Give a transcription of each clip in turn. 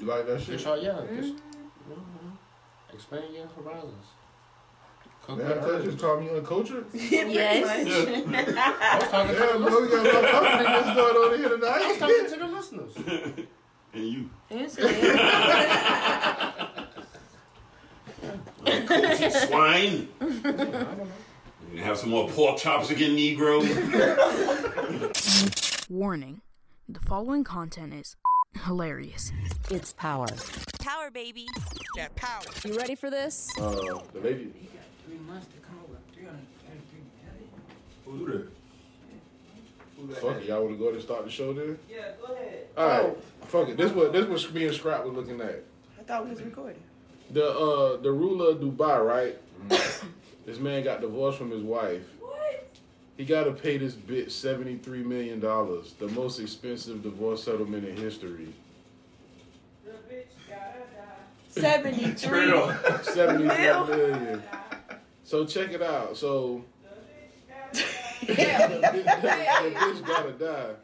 You like that shit? Just try, yeah. Just, mhm. Expand your horizons. Cook Man, with I thought you herbs. just called me uncultured. yes. I was talking Yeah, to the bro, you listeners. got a lot of company. What's going on here I was tonight? talking to the listeners. And you. It's good. Cozy swine. I don't know. You have some more pork chops again, Negro. Warning the following content is hilarious. It's power. Power, baby. That power. You ready for this? Uh, the lady. Who that? Fuck it, y'all want to go ahead and start the show then? Yeah, Oh. go ahead. All right, fuck it. This what this was me and Scrap was looking at. I thought we was recording. The uh the ruler of Dubai, right? Mm-hmm. this man got divorced from his wife. What? He got to pay this bitch seventy three million dollars, the most expensive divorce settlement in history. Seventy-three. Seventy three million. So check it out. So yeah. the bitch, the bitch gotta die.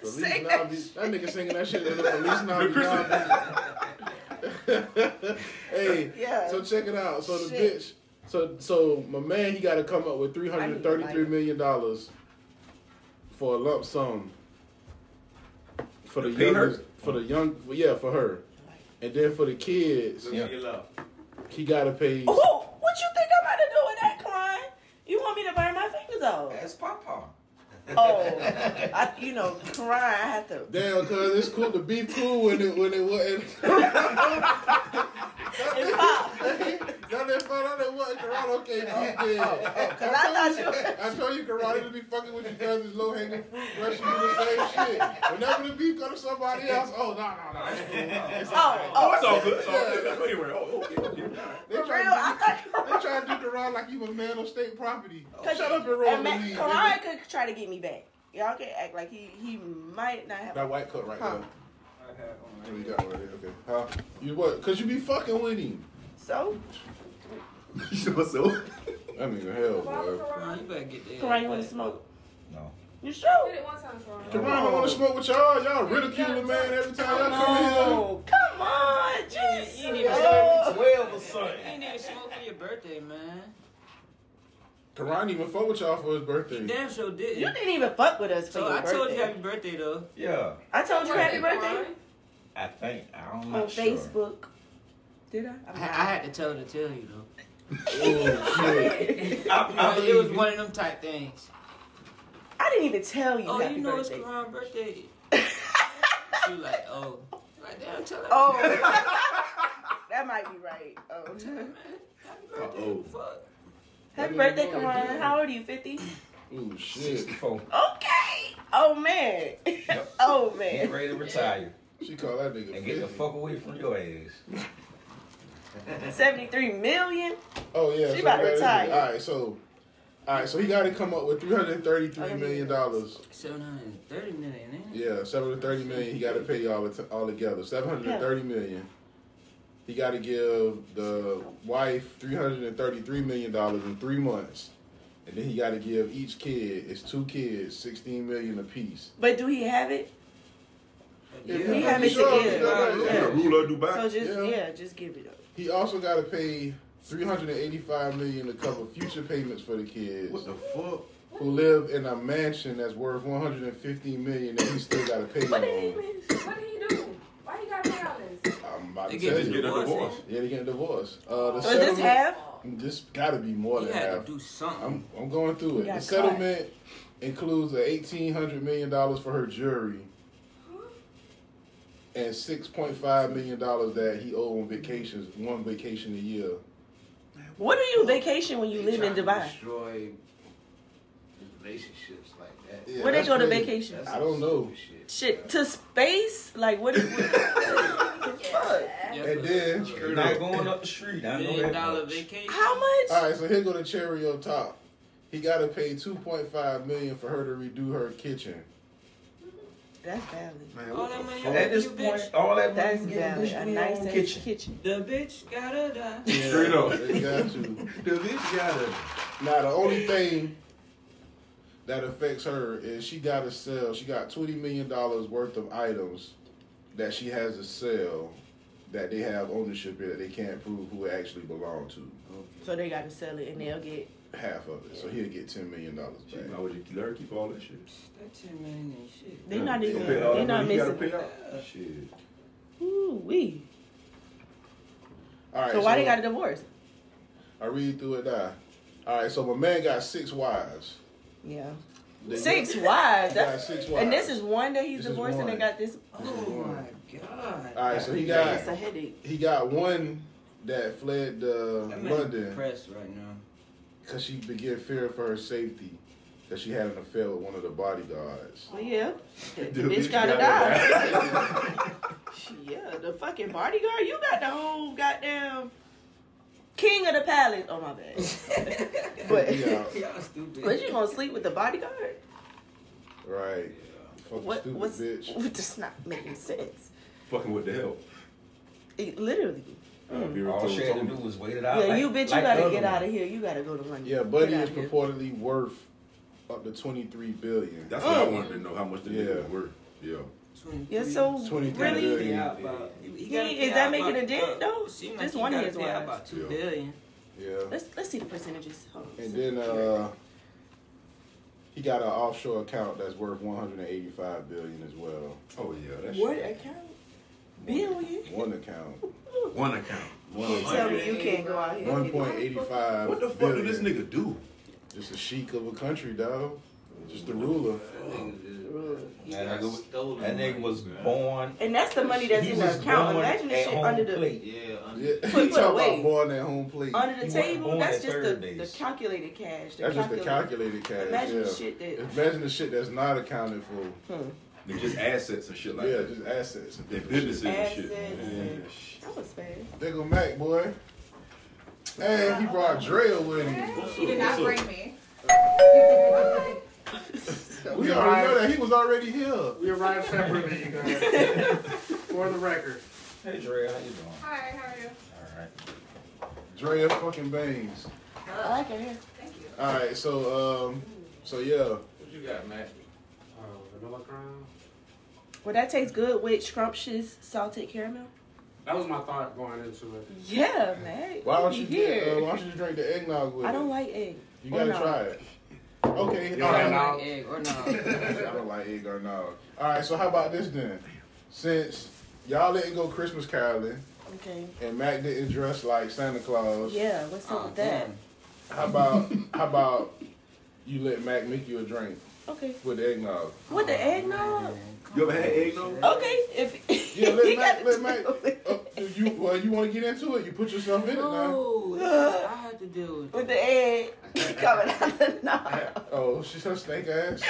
Feliz Sing that Navi- that nigga singing that shit. in The Feliz Navidad. hey, Yeah. so check it out. So the Shit. bitch, so so my man, he got to come up with three hundred thirty-three million dollars for a lump sum for the pay her? youngest, for the young, well, yeah, for her, and then for the kids, he got to pay. Who? Oh, What you think I'm about to do with that, Klein? You want me to burn my fingers off? That's Papa. Oh, I, you know, Klein, I have to. Damn, cause it's cool to be cool when it when it wasn't. It popped. Now they found out it wasn't karate. Okay, you did. Oh, Cause I thought you. I told you karate to be fucking with you guys is low hanging fruit, rushing you the same shit. Whenever the beef go to somebody else, oh no no no. It's like, Oh, oh. It's all good. It's all good. Anyway, oh, okay. they For try real, I to thought you do, they try to do karate like you a man on state property. Shut up and roll Oh, And the Ma- lead. Karan could try to get me back. Y'all can act like he he might not have. That white coat right Huh. there. There we go, right there, okay. Huh? You what? Cause you be fucking with him. So, so? That nigga hell, boy. you better get there. Karan, you want to smoke? No. You sure? Karan don't want to smoke with y'all. Y'all ridicule the man every time y'all come here. No. Come on, Jesus. You need to Oh. 12 or something. You need to smoke for your birthday, man. Karan even fuck with y'all for his You birthday. damn sure didn't. You didn't even fuck with us for so your I birthday. told you happy birthday though. Yeah. I told you happy birthday I think. I don't know. on Facebook. Did I? I, I had to tell her to tell you though. Oh shit. I, I You know, it was believe one of them type things. I didn't even tell you Oh, happy you know birthday. it's Karan's birthday. she was like, oh, like damn, tell her. Oh, that might be right. Oh. happy birthday. Uh-oh. Fuck. Happy birthday, Karan. How old are you? Fifty. Oh shit. 64. Okay. Oh man. oh Get man. ready to retire She called that nigga. and get the 50. fuck away from your ass. Seventy-three million. Oh yeah. She about to that is it. retire. All right, so. All right, so he got to come up with three hundred Oh, thirty-three million dollars. Seven hundred and thirty million. ain't it? Yeah, seven hundred thirty million. He got to pay all the all together. Seven hundred thirty million. He got to give the wife three hundred and thirty-three million dollars in three months, and then he got to give each kid, it's two kids, sixteen million apiece. But do he have it? If We have it together. Yeah. Ruler of Dubai. So just Yeah. yeah, just give it up. He also got to pay three hundred and eighty-five million to cover future payments for the kids. What the fuck? who live in a mansion that's worth 150 million that he still got to pay What did he on. miss? What did he do? Why he got pay all this? I'm about They to get tell Just you. get a Divorce, divorce. Yeah, they getting divorced. Uh, the So is this settlement- half? This got to be more You than had half. to do something. I'm I'm going through got it. The caught. settlement includes a 1800 million dollars for her jury. And six point five million dollars that he owed on vacations, one vacation a year. What do you vacation when you live in Dubai? Destroy relationships like that. Yeah, Where they that's go to crazy. vacation? That's I don't know. some Shit. Shit to space? Like what? Is, what the fuck? Yeah, And but- then- uh, You're not going up the street. I know that million dollar much. vacation. How much? All right, so here go the cherry on top. He got to pay two point five million for her to redo her kitchen. That's valid. All that money At this you point, bitch. all that That's money getting valid. this A man nice on ass kitchen. kitchen. The bitch gotta die. Straight up. They got to. The bitch got a Now the only thing that affects her is she got to sell. She got twenty million dollars worth of items that she has a cell that they have ownership in that they can't prove who it actually belonged to. So they got to sell it and they'll get. Half of it, so he'll get ten million dollars back. Why would you let her keep all that shit? That ten million and shit. They not even. Pay all They that not money, you gotta missing. pay out. Shit. Ooh wee. All right. so why they got a divorce? I read through it now. All right, so my man got six wives. Yeah. They- Six he wives. got That's, six And wives. this is one that he's This is divorcing one. and got this. Oh my God. All right, so he Yeah, got it's a headache. He got one that fled to I'm London depressed right now. because she began fearing for her safety that she had an affair with one of the bodyguards. Well, yeah. The Dude, bitch you gotta gotta die. yeah, the fucking bodyguard. You got the whole goddamn king of the palace. Oh my bad. but Y'all stupid. but you gonna sleep with the bodyguard? Right. Fucking What? stupid What's? bitch. That's not making sense. Fucking with the help. It, literally. Mm. Oh, All she had to do was wait it out. yeah, like- you bitch. You like the gotta other get one. out of here. You gotta go to London. Yeah, Buddy is purportedly worth up to twenty three billion. That's what I Mm. wanted to know how much the yeah. nigga worth. Yeah. Yeah, so Twenty three really- billion. Yeah, about- He- gotta pay is that out making about- a dent though? seem like Just he one of gotta his pay out wives. about two billion. Yeah. Let's let's see the percentages. Hold on. And then uh, he got an offshore account that's worth 185 billion as well. Oh yeah, that's What account? Billion. one account. One account. One account. Tell me you can't go out here. One point eighty five. What the fuck did this nigga do? Just a sheik of a country, dog. Just the ruler. That nigga, that nigga was born. And that's the money that's He in the was account. born Imagine the at shit home under the- plate. Yeah, Put- he put talk away. about born at home plate. Under He the wasn't table, born that's at just the, third the base. calculated cash. The That's just the calculated- calculated cash. Imagine yeah. the shit that. Imagine the shit that's not accounted for. Hmm. Just assets and shit like yeah, that. just assets and Their different businesses shit. and shit. Assets Man. That was fair. There go Mac, boy. Hey, he brought Dre with him. He did not bring me. We already know that he was already here. We arrived separately, you guys. For the record. Hey Dre, how you doing? Hi, how are you? All right. Drea fucking Baines. I like it here. Thank you. All right, so um, so yeah, What you got, Uh, Matt? Oh, vanilla crown. Well, that tastes good with scrumptious salted caramel. That was my thought going into it. Yeah, man. why don't We you here. get, uh, why don't you drink the eggnog with I it? don't like egg. You gotta Eggnog. try it. Okay, You all don't right. like egg or no? I don't like egg or nog. All right, so how about this then? Since y'all didn't go Christmas caroling Okay. and Mac didn't dress like Santa Claus, Yeah, what's Oh, up with that? how about how about you let Mac make you a drink Okay. with eggnog? With the Oh, eggnog? You ever had eggnog? Okay. If Yeah, he let got Mac, to let Mac. Uh, you well, you want to get into it? You put yourself in it now. No, I had to deal with that. with the egg he coming out of the nog. Oh, she's her snake ass.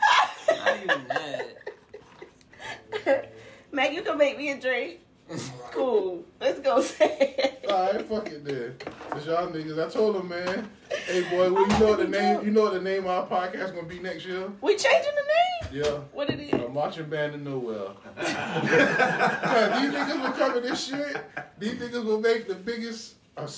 How you mad? Mac, you can make me a drink. Cool. Let's go. Sam. All right, fuck it then. Cause y'all niggas, I told him, man. Hey, boy, well, you know what the name? You know what the name of our podcast gonna be next year? we changing the name? Yeah, What it is? a marching band in nowhere. Cause these niggas will cover this shit. These niggas will make the biggest uh,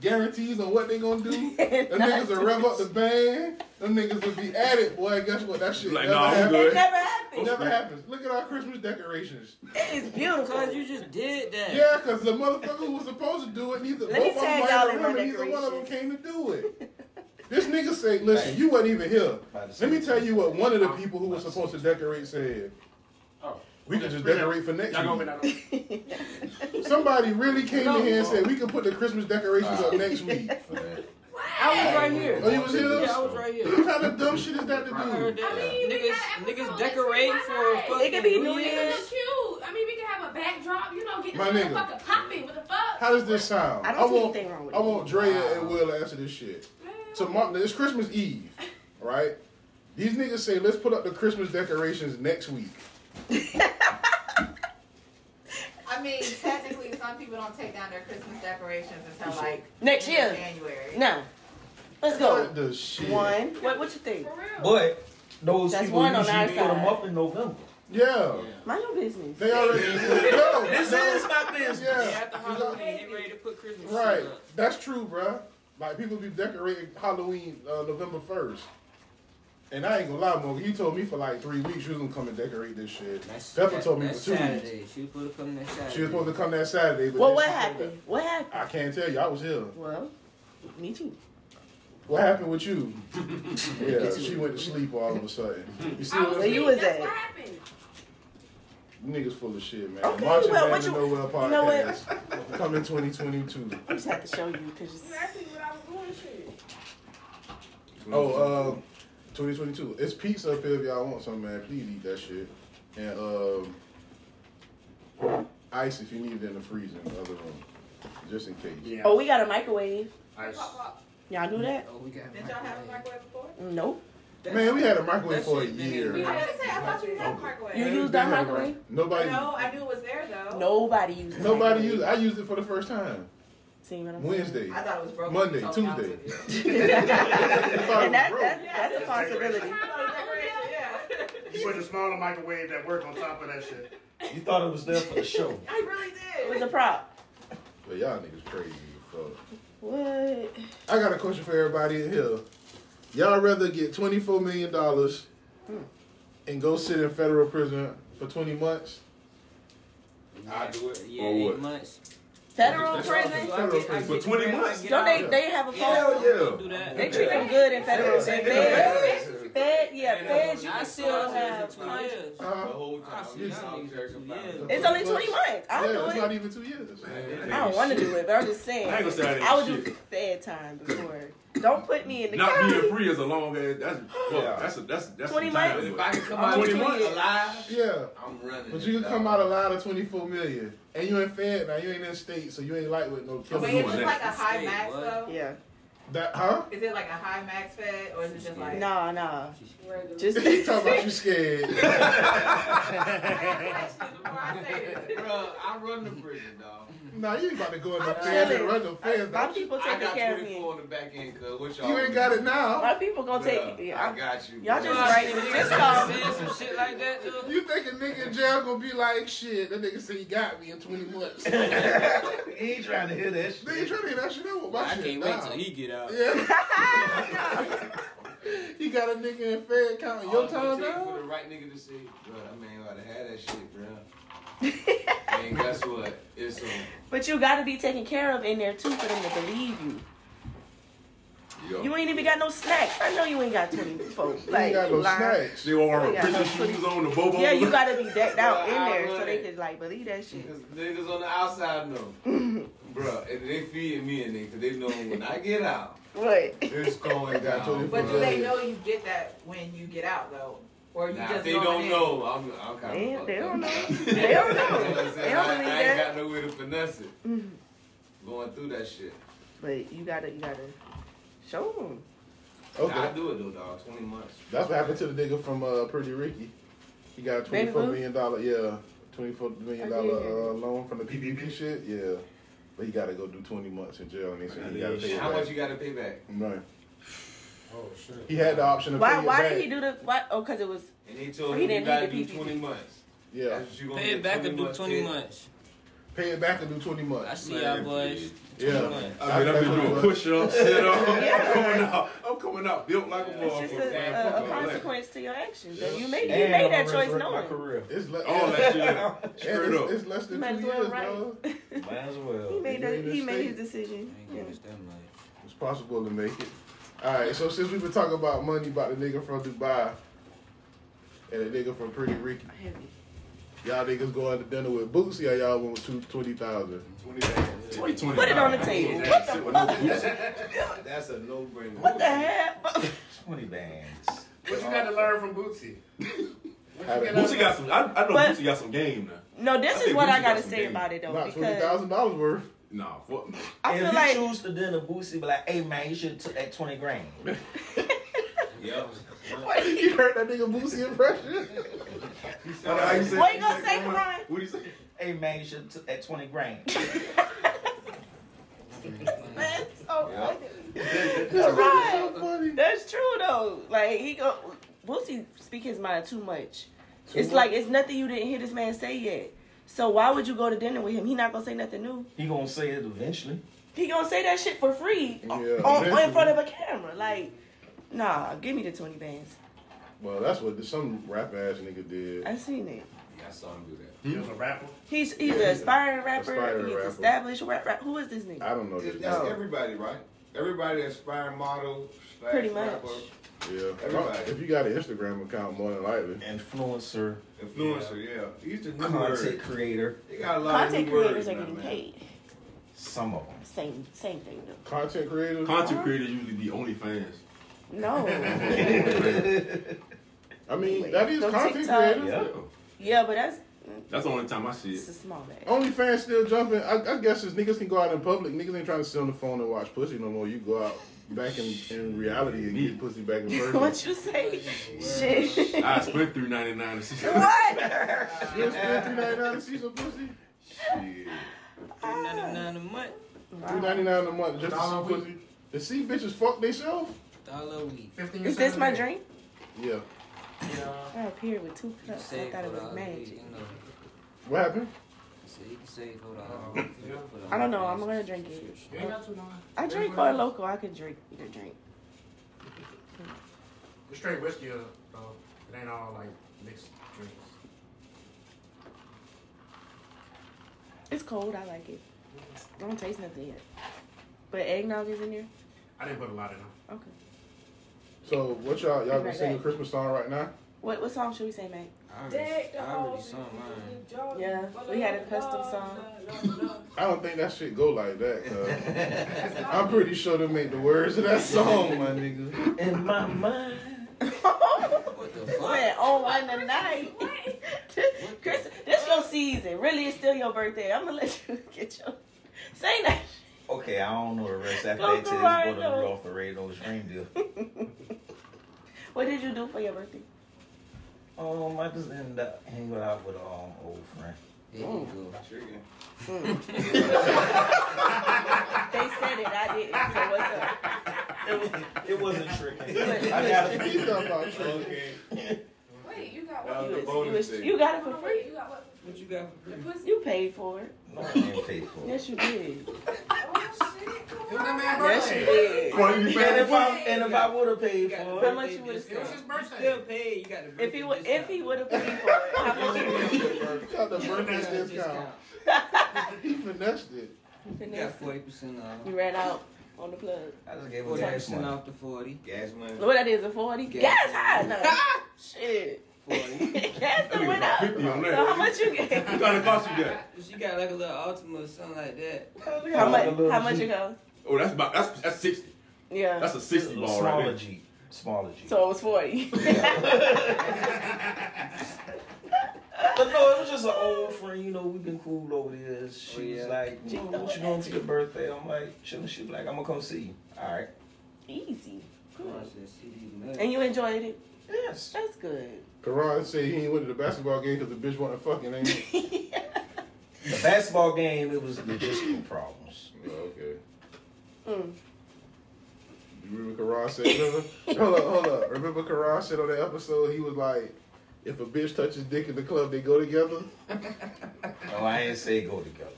guarantees on what they gonna do. Them niggas will rev up the band. Them niggas will be at it, boy. Guess what? That shit Like, never nah, I'm happens. good. It never happened. Never happens. Look at our Christmas decorations. It is beautiful. Because you just did that. Yeah, because the motherfucker who was supposed to do it, neither Let me both of them tag white y'all and in my women, neither one of them came decorations. to do it. This nigga say, listen, you wasn't even here. Let me tell you what one of the people who was supposed to decorate said. Oh. We could just decorate for next Y'all gonna week. be that Somebody really came in here and said we could put the Christmas decorations up next week. I was right here. Oh, you was here? Yeah, I was right here. What kind of dumb shit is that to I heard do? that. mean, we niggas, got episode niggas next decorate week, for why not? fucking It could be New It could look Year's. cute. I mean, we can have a backdrop, you know, get My this nigga. motherfucker popping. What the fuck? How does this sound? I don't see want, anything wrong with I it. want Drea and Will to answer this shit. Tomorrow, it's Christmas Eve, right? These niggas say let's put up the Christmas decorations next week. I mean, technically, some people don't take down their Christmas decorations until like Next end of year. January. Now, let's go. What the shit? One. What, what you think? For real. But those That's people one on usually our put side. them up in November. Yeah. Mind your business. They already. no, this is my business. Yeah. After Halloween, they ready to put Christmas shit Right. up. That's true, bruh. Like people be decorating Halloween uh, November first, And I ain't gonna lie, Morgan, you told me for like three weeks you was gonna come and decorate this shit. That's- Pepper that- told me for that's two weeks. Saturday. She was supposed to come next Saturday. She was supposed to come that Saturday. But Well, then what she showed happened? What happened? up. I can't tell you. I was here. Well, me too. What happened with you? yeah, she went to sleep all of a sudden. You see what Where I'm you saying? was at? Niggas full of shit, man. Okay, Marching well, Band what to you- Nowhere you know what? podcast. Coming 2022. I just had to show you because what I was doing shit. Oh, uh, 2022. It's pizza up here if y'all want some, man. Please eat that shit. And um, ice if you need it in the freezer in the other room, just in case. Yeah. oh, we got a microwave. Ice. Y'all knew that? Oh, we got Did y'all have a microwave before? Nope. Man, we had a microwave That for a shit been in I year. was Yeah. gonna say, I thought you had a microwave. You Man, used we our had a microwave? mic- Nobody. No, I knew it was there though. Nobody used. the Nobody microwave. used. it. I used it for the first time. See what I'm saying? Wednesday. I thought it was broken. Monday, So y'all Tuesday. took it. thought it and that, was that, that's a possibility. I thought it was decoration, yeah. You put the smaller microwave that worked on top of that shit. You thought it was there for the show. I really It did. was a prop. But y'all niggas crazy. as fuck. What? I got a question for everybody in here. Y'all rather get twenty four million dollars and go sit in federal prison for twenty months? I do it. Yeah, Or eight what? months. Federal That's prison. all. Federal prison. For 20 months? Don't they? They have a phone. Hell do that. They treat them good in federal. Yeah. prison. Fed, fed, yeah, fed. You I can still still have have. two years. The Uh-huh. whole I time. see You y'all sound niggas very do confident. It's only twenty months. I'll yeah, it's do not it. even two years. Man, I don't want to do it, but I'm just saying. I ain't gonna say I didn't I would do shit. fed time before. Don't put me in the Not being county. free is a long ass. That's Yeah. fuck, that's a, that's that's 20 some time months? If anyway. I can come out of 20 it months. alive, Yeah. I'm running. But you it, can come dog. out alive of twenty four million. And you ain't fed now, you ain't in the state, so you ain't like with no Wait, killer. is doing it like a that. high State, max what? though? Yeah. That huh? Is it like a high max fed or is it just like Nah, nah. regular? Just You talking about you scared. I got questions before I say this. Bro, I run the prison, dog. nah, you ain't about to go in the I'm feds and chilling. run no feds. my out. people I taking got care of me. 24 on the back end, cuz. What y'all? You ain't got it now. My people gonna take. Bruh, Yeah, I got you. Y'all bruh. just right. Just call me. Saying some shit like that, though. You think a nigga in jail gonna be like, shit, that nigga said he got me in 20 months. they He ain't trying to hear that shit. ain't trying to get that shit out with my I shit. can't wait nah. till he get out. Yeah. he got a nigga in Fed counting All your it time take down? For the right nigga to see, bro, I mean, I had that shit, bro. and guess what? It's a But you gotta be taken care of in there too for them to believe you. Yo. You ain't even got no snacks. I know you ain't got 24. You ain't Like, got no lying. snacks. They wore Yeah. prison shoes on the bobo. Yeah, you gotta be decked out in Well, I there so would. they could like believe that shit. Cause niggas on the outside know. Bruh, and they feeding me and they, cause they know when I get out, What? it's going Got down. 24 But do bruh. they know you get that when you get out though, or you Nah, just if they going don't in? know, I'm, I'm kind They- of fucked they up, don't know. bruh. They don't You know. what I'm saying? They don't believe Mm-hmm. I, I that. ain't got no way to finesse it. Going through that shit. But you gotta, you gotta show them. Okay. Nah, I do it though, dog. Twenty months. That's what happened to the nigga from uh, Pretty Ricky. He got a Baby $24 Blue? million, dollar- yeah, $24 million I did dollar, hear uh, that. loan from the PPP shit. Yeah. But he gotta go do 20 months in jail and they said he gotta pay it How back. much you got to pay back? Right. Oh shit. He had the option to pay Why? it Why back. did he do the? Why? Oh, cause it was. And they told He him you didn't need gotta the do PPP. twenty months. Yeah. That's what you gonna Pay get, it back and do 20 20 months. months. Pay it back and do 20 months. I see y'all boys. 20 Yeah. months. I mean, I've been doing push ups, sit ups. Yeah. I'm coming out. I'm coming out built like a It's just motherfucker. man. a, a, a Fuck all that. consequence to your actions. that You made. You made that choice knowing. It's le- All that shit. And Straight it's, up. it's less You than might two as well years, bro. right. Might as he well. made You that. made a He made his mistake. decision. Ain't Yeah. giving us that much. It's possible to make it. All right. So since we've been talking about money, about the nigga from Dubai and the nigga from Pretty Ricky, Heavy. y'all niggas going to dinner with Bootsy or y'all want two twenty thousand? Twenty twenty. Put it on the table. What the fuck? That's a no brainer. What the hell? 20 bands. What you got to learn from Bootsy? Boosie got some. I, I know But- Boosie got some game now. No, I this is think what we I should gotta got some say game. about it though, Not twenty because thousand dollars worth. Nah, fuck no. I if feel you like choose to dinner, Boosie be like, hey man, you should take that 20 grand. Yep. you heard that nigga Bootsy impression? what you gonna say, Karan? What do you say? Hey man, you should take that 20 grand. That's so Yeah. so Karan. funny. That's true though. Like he go, Boosie speak his mind too much. it's like it's nothing you didn't hear this man say yet. So why would you go to dinner with him? He not gonna say nothing new. He gonna say it eventually. He gonna say that shit for free Yeah, on, on- Oh, in eventually. front of a camera. Like, nah, give me the twenty bands. Well, that's what some rap ass nigga did. Hmm? I seen it. Yeah, I saw him do that. He was a rapper. He's he's an aspiring rapper. Aspiring he's rapper. established rap, rap. Who is this nigga? I don't know this It- That's nigga. everybody, right? Everybody aspiring model. slash Pretty much. rapper, Yeah. Everybody. If you got an Instagram account, more than likely. Influencer, Influencer, yeah. He's the new content word. creator, They got a lot of Content new creators words are now, getting man. paid. some of them. Same same thing though. Content creators. Content creators usually be only fans. No. I mean, Wait, that is go content TikTok. creators. Yeah. yeah, but that's That's the only time I see it's a it. small man. OnlyFans still jumping. I, I guess as niggas can go out in public, niggas ain't trying to sit on the phone and watch pussy no more. You go out back in, in reality and get pussy back in person. what you say? Shit. I spent three ninety nine to see some what? You spend three ninety nine to see some pussy. shit. $3.99 a month, Three ninety nine a month just to Dollar see a pussy. To see bitches fuck themselves. dollar a week. Fifteen. Is this my dream? Yeah. Yeah. I appeared with two cups. I Save thought it for was the week, magic. you know. What happened? So you can save for the Oh, Yeah. I don't know. I'm gonna drink it. You ain't got too long. I drink for a local. I can drink the drink. It's straight whiskey, uh, though. It ain't all like mixed drinks. It's cold. I like it. I don't taste nothing yet. But eggnog is in there. I didn't put a lot in them. Okay. So what y'all y'all gonna Right, sing a right. Christmas song right now? What what song should we say, Mac? I already, I already saw mine. Yeah, we had a custom song. I don't think that shit go like that. cuz I'm pretty sure they made the words of that song, my nigga. In my mind, What the Went fuck? on one tonight. Chris, this your season. Really, it's still your birthday. I'm gonna let you get your. Say that. okay, I don't know the rest after Go that. Till Corrado. it's go to Rudolph Laredo's dream deal. What did you do for your birthday? Um, I just ended up hanging out with um old friend. There Oh, you Chicken. Hmm. They said it. I didn't. So what's up? It, was, it wasn't tricking. I got Nigga, it. speak up out your- Okay. Wait, you got That what? was You, the was- you, bonus was- thing. you got it Hold for on, wait, free. you got what? go. What you got for The free? pussy? You paid for it. No, I ain't paid for it. Yes, you did. Oh, shit. Come on. Yes, you did. Well, you And better if I and if I would have paid for How it, much you would have It was spent? Still paid. You got the If he birthday would, if discount. he would have paid for it, how much you would have got the birthday Birthday discount. discount. He finessed it. You spent? got forty percent uh, off. You ran out on the plug. I just gave him Forty gas percent money. off the forty. Gas money. What that is a forty? Gas. Gas high enough. Ah, Shit. Forty. Gas done went Got up. Fifty on So how that. much you get? What kind of cost you got? she got like a little Ultima or something like that. How much? How much you go? Oh, that's about that's that's sixty. Yeah. That's a sixty ball smaller right there. Jeep, smaller Jeep. So it was forty. But no, it was just an old friend. You know, we've been cool over the years. She Oh, yeah. was like, you know, "What you doing for your birthday?" I'm like, "Chilling." She was like, "I'm gonna come see you." All right. Easy. Come on, sis, she didn't know. And you enjoyed it. Yes. That's good. Karan said he ain't went to the basketball game because the bitch wasn't fucking. Ain't he? The basketball game, it was logistical problems. oh, okay. Mm. You remember Karan said? Remember? hold up, hold up. Remember Karan said on that episode he was like, "If a bitch touches dick in the club, they go together." No, I ain't say go together.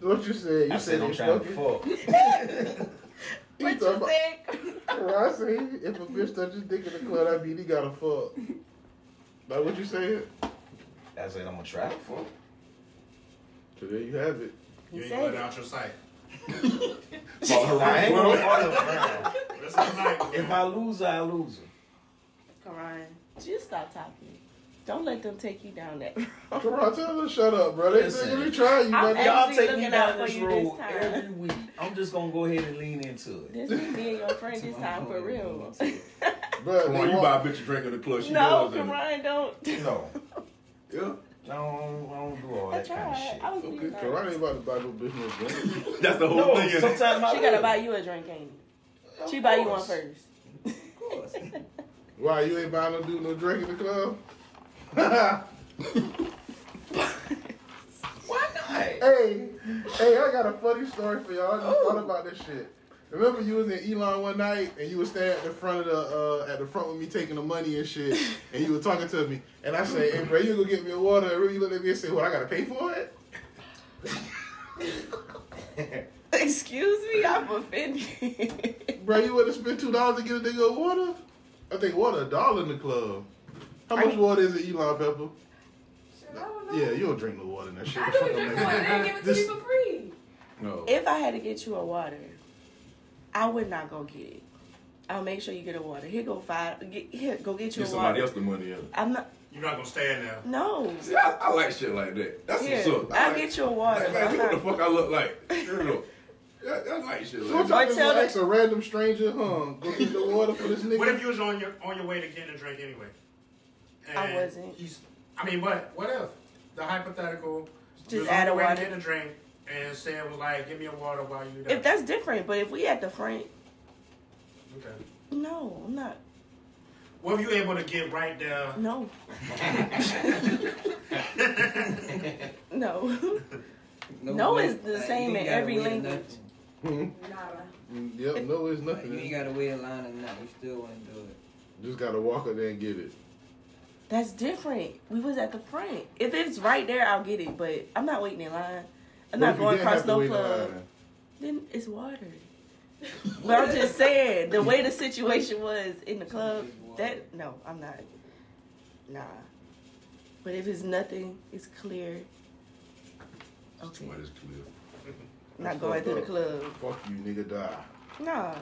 What you said? You I said said I'm they trying to fucking. fuck. He What talking you about- think? Karan said if a bitch touches dick in the club, I mean he gotta fuck. Like what you said? I said I'm gonna try to fuck. So there you have it. He You ain't said let it. out your sight. Bought I her right ain't gonna well. follow around. That's what I'm like. If I lose, I lose. her. Karan, just stop talking. Don't let them take you down that road. Karan, tell her to shut up, bro. They Listen. really trying you. I'm man. Y'all Actually take me looking out down for this you this road time. every week. I'm just gonna go ahead and lean into it. This is me and your friend this time for real. Bro, Come they on, you want- buy a bitch a drink in the club. She no, knows it. Karan, don't. No, Yeah. no, I don't, I don't do all I that kind of tried. shit. I was Okay, being Karan nice. ain't about to buy no bitch no drink. That's the whole No, thing. sometimes I She gotta will. buy you a drink, ain't Of she? She buy you one course. first. Of course. Why you ain't buying no dude no drink in the club? Why not? Hey, hey, I got a funny story for y'all. I just thought about this shit. Remember you was in Elon one night and you was standing at the front of the uh, at the front with me taking the money and shit, and you were talking to me, and I say, "Hey, bro, you gonna get me a water?" And really looked at me and said, "What? I gotta pay for it?" Excuse me, I'm offended. Bro, you would have spent two dollars to get a nigga a water? I think what a dollar in the club. How much water is it, Elon Pepper? Yeah, you don't drink no water in that shit. I do drink water. They give it to me This- for free. No. If I had to get you a water, I would not go get it. I'll make sure you get a water. Here go five. Get, here, go get you Give a water. somebody else the money. yeah. I'm not. You're not gonna stand there. No. See, I, I like shit like that. That's Here, what's up. I I'll like, get you a water. like, like, I'm what the not- fuck I look like? Straight up. That- That's like shit Don't y'all like that. just tell ask a random stranger, huh? Go get the water for this nigga. What if you was on your on your way to getting a drink anyway? I And wasn't. He's, I mean, what what if the hypothetical? Just you was add on your a way to water. getting a drink and Sam was like, "Give me a water while you." there." If that's different, but if we at the front, okay. no, I'm not. What if you able to get right there? No. No. No, is the same in every language. Hmm? Mm, Yep, no, it's nothing. You ain't gotta wait a line or nothing. You still wouldn't do it. Just gotta walk up there and get it. That's different. We was at the front. If it's right there, I'll get it. But I'm not waiting in line. I'm What not if you going did across have to wait no in club. line? Then it's water. but I'm just saying the way the situation was in the club. That no, I'm not. Nah. But if it's nothing, it's clear. It's too much, it's clear. Not going to the club. Fuck you, nigga, die. Nah.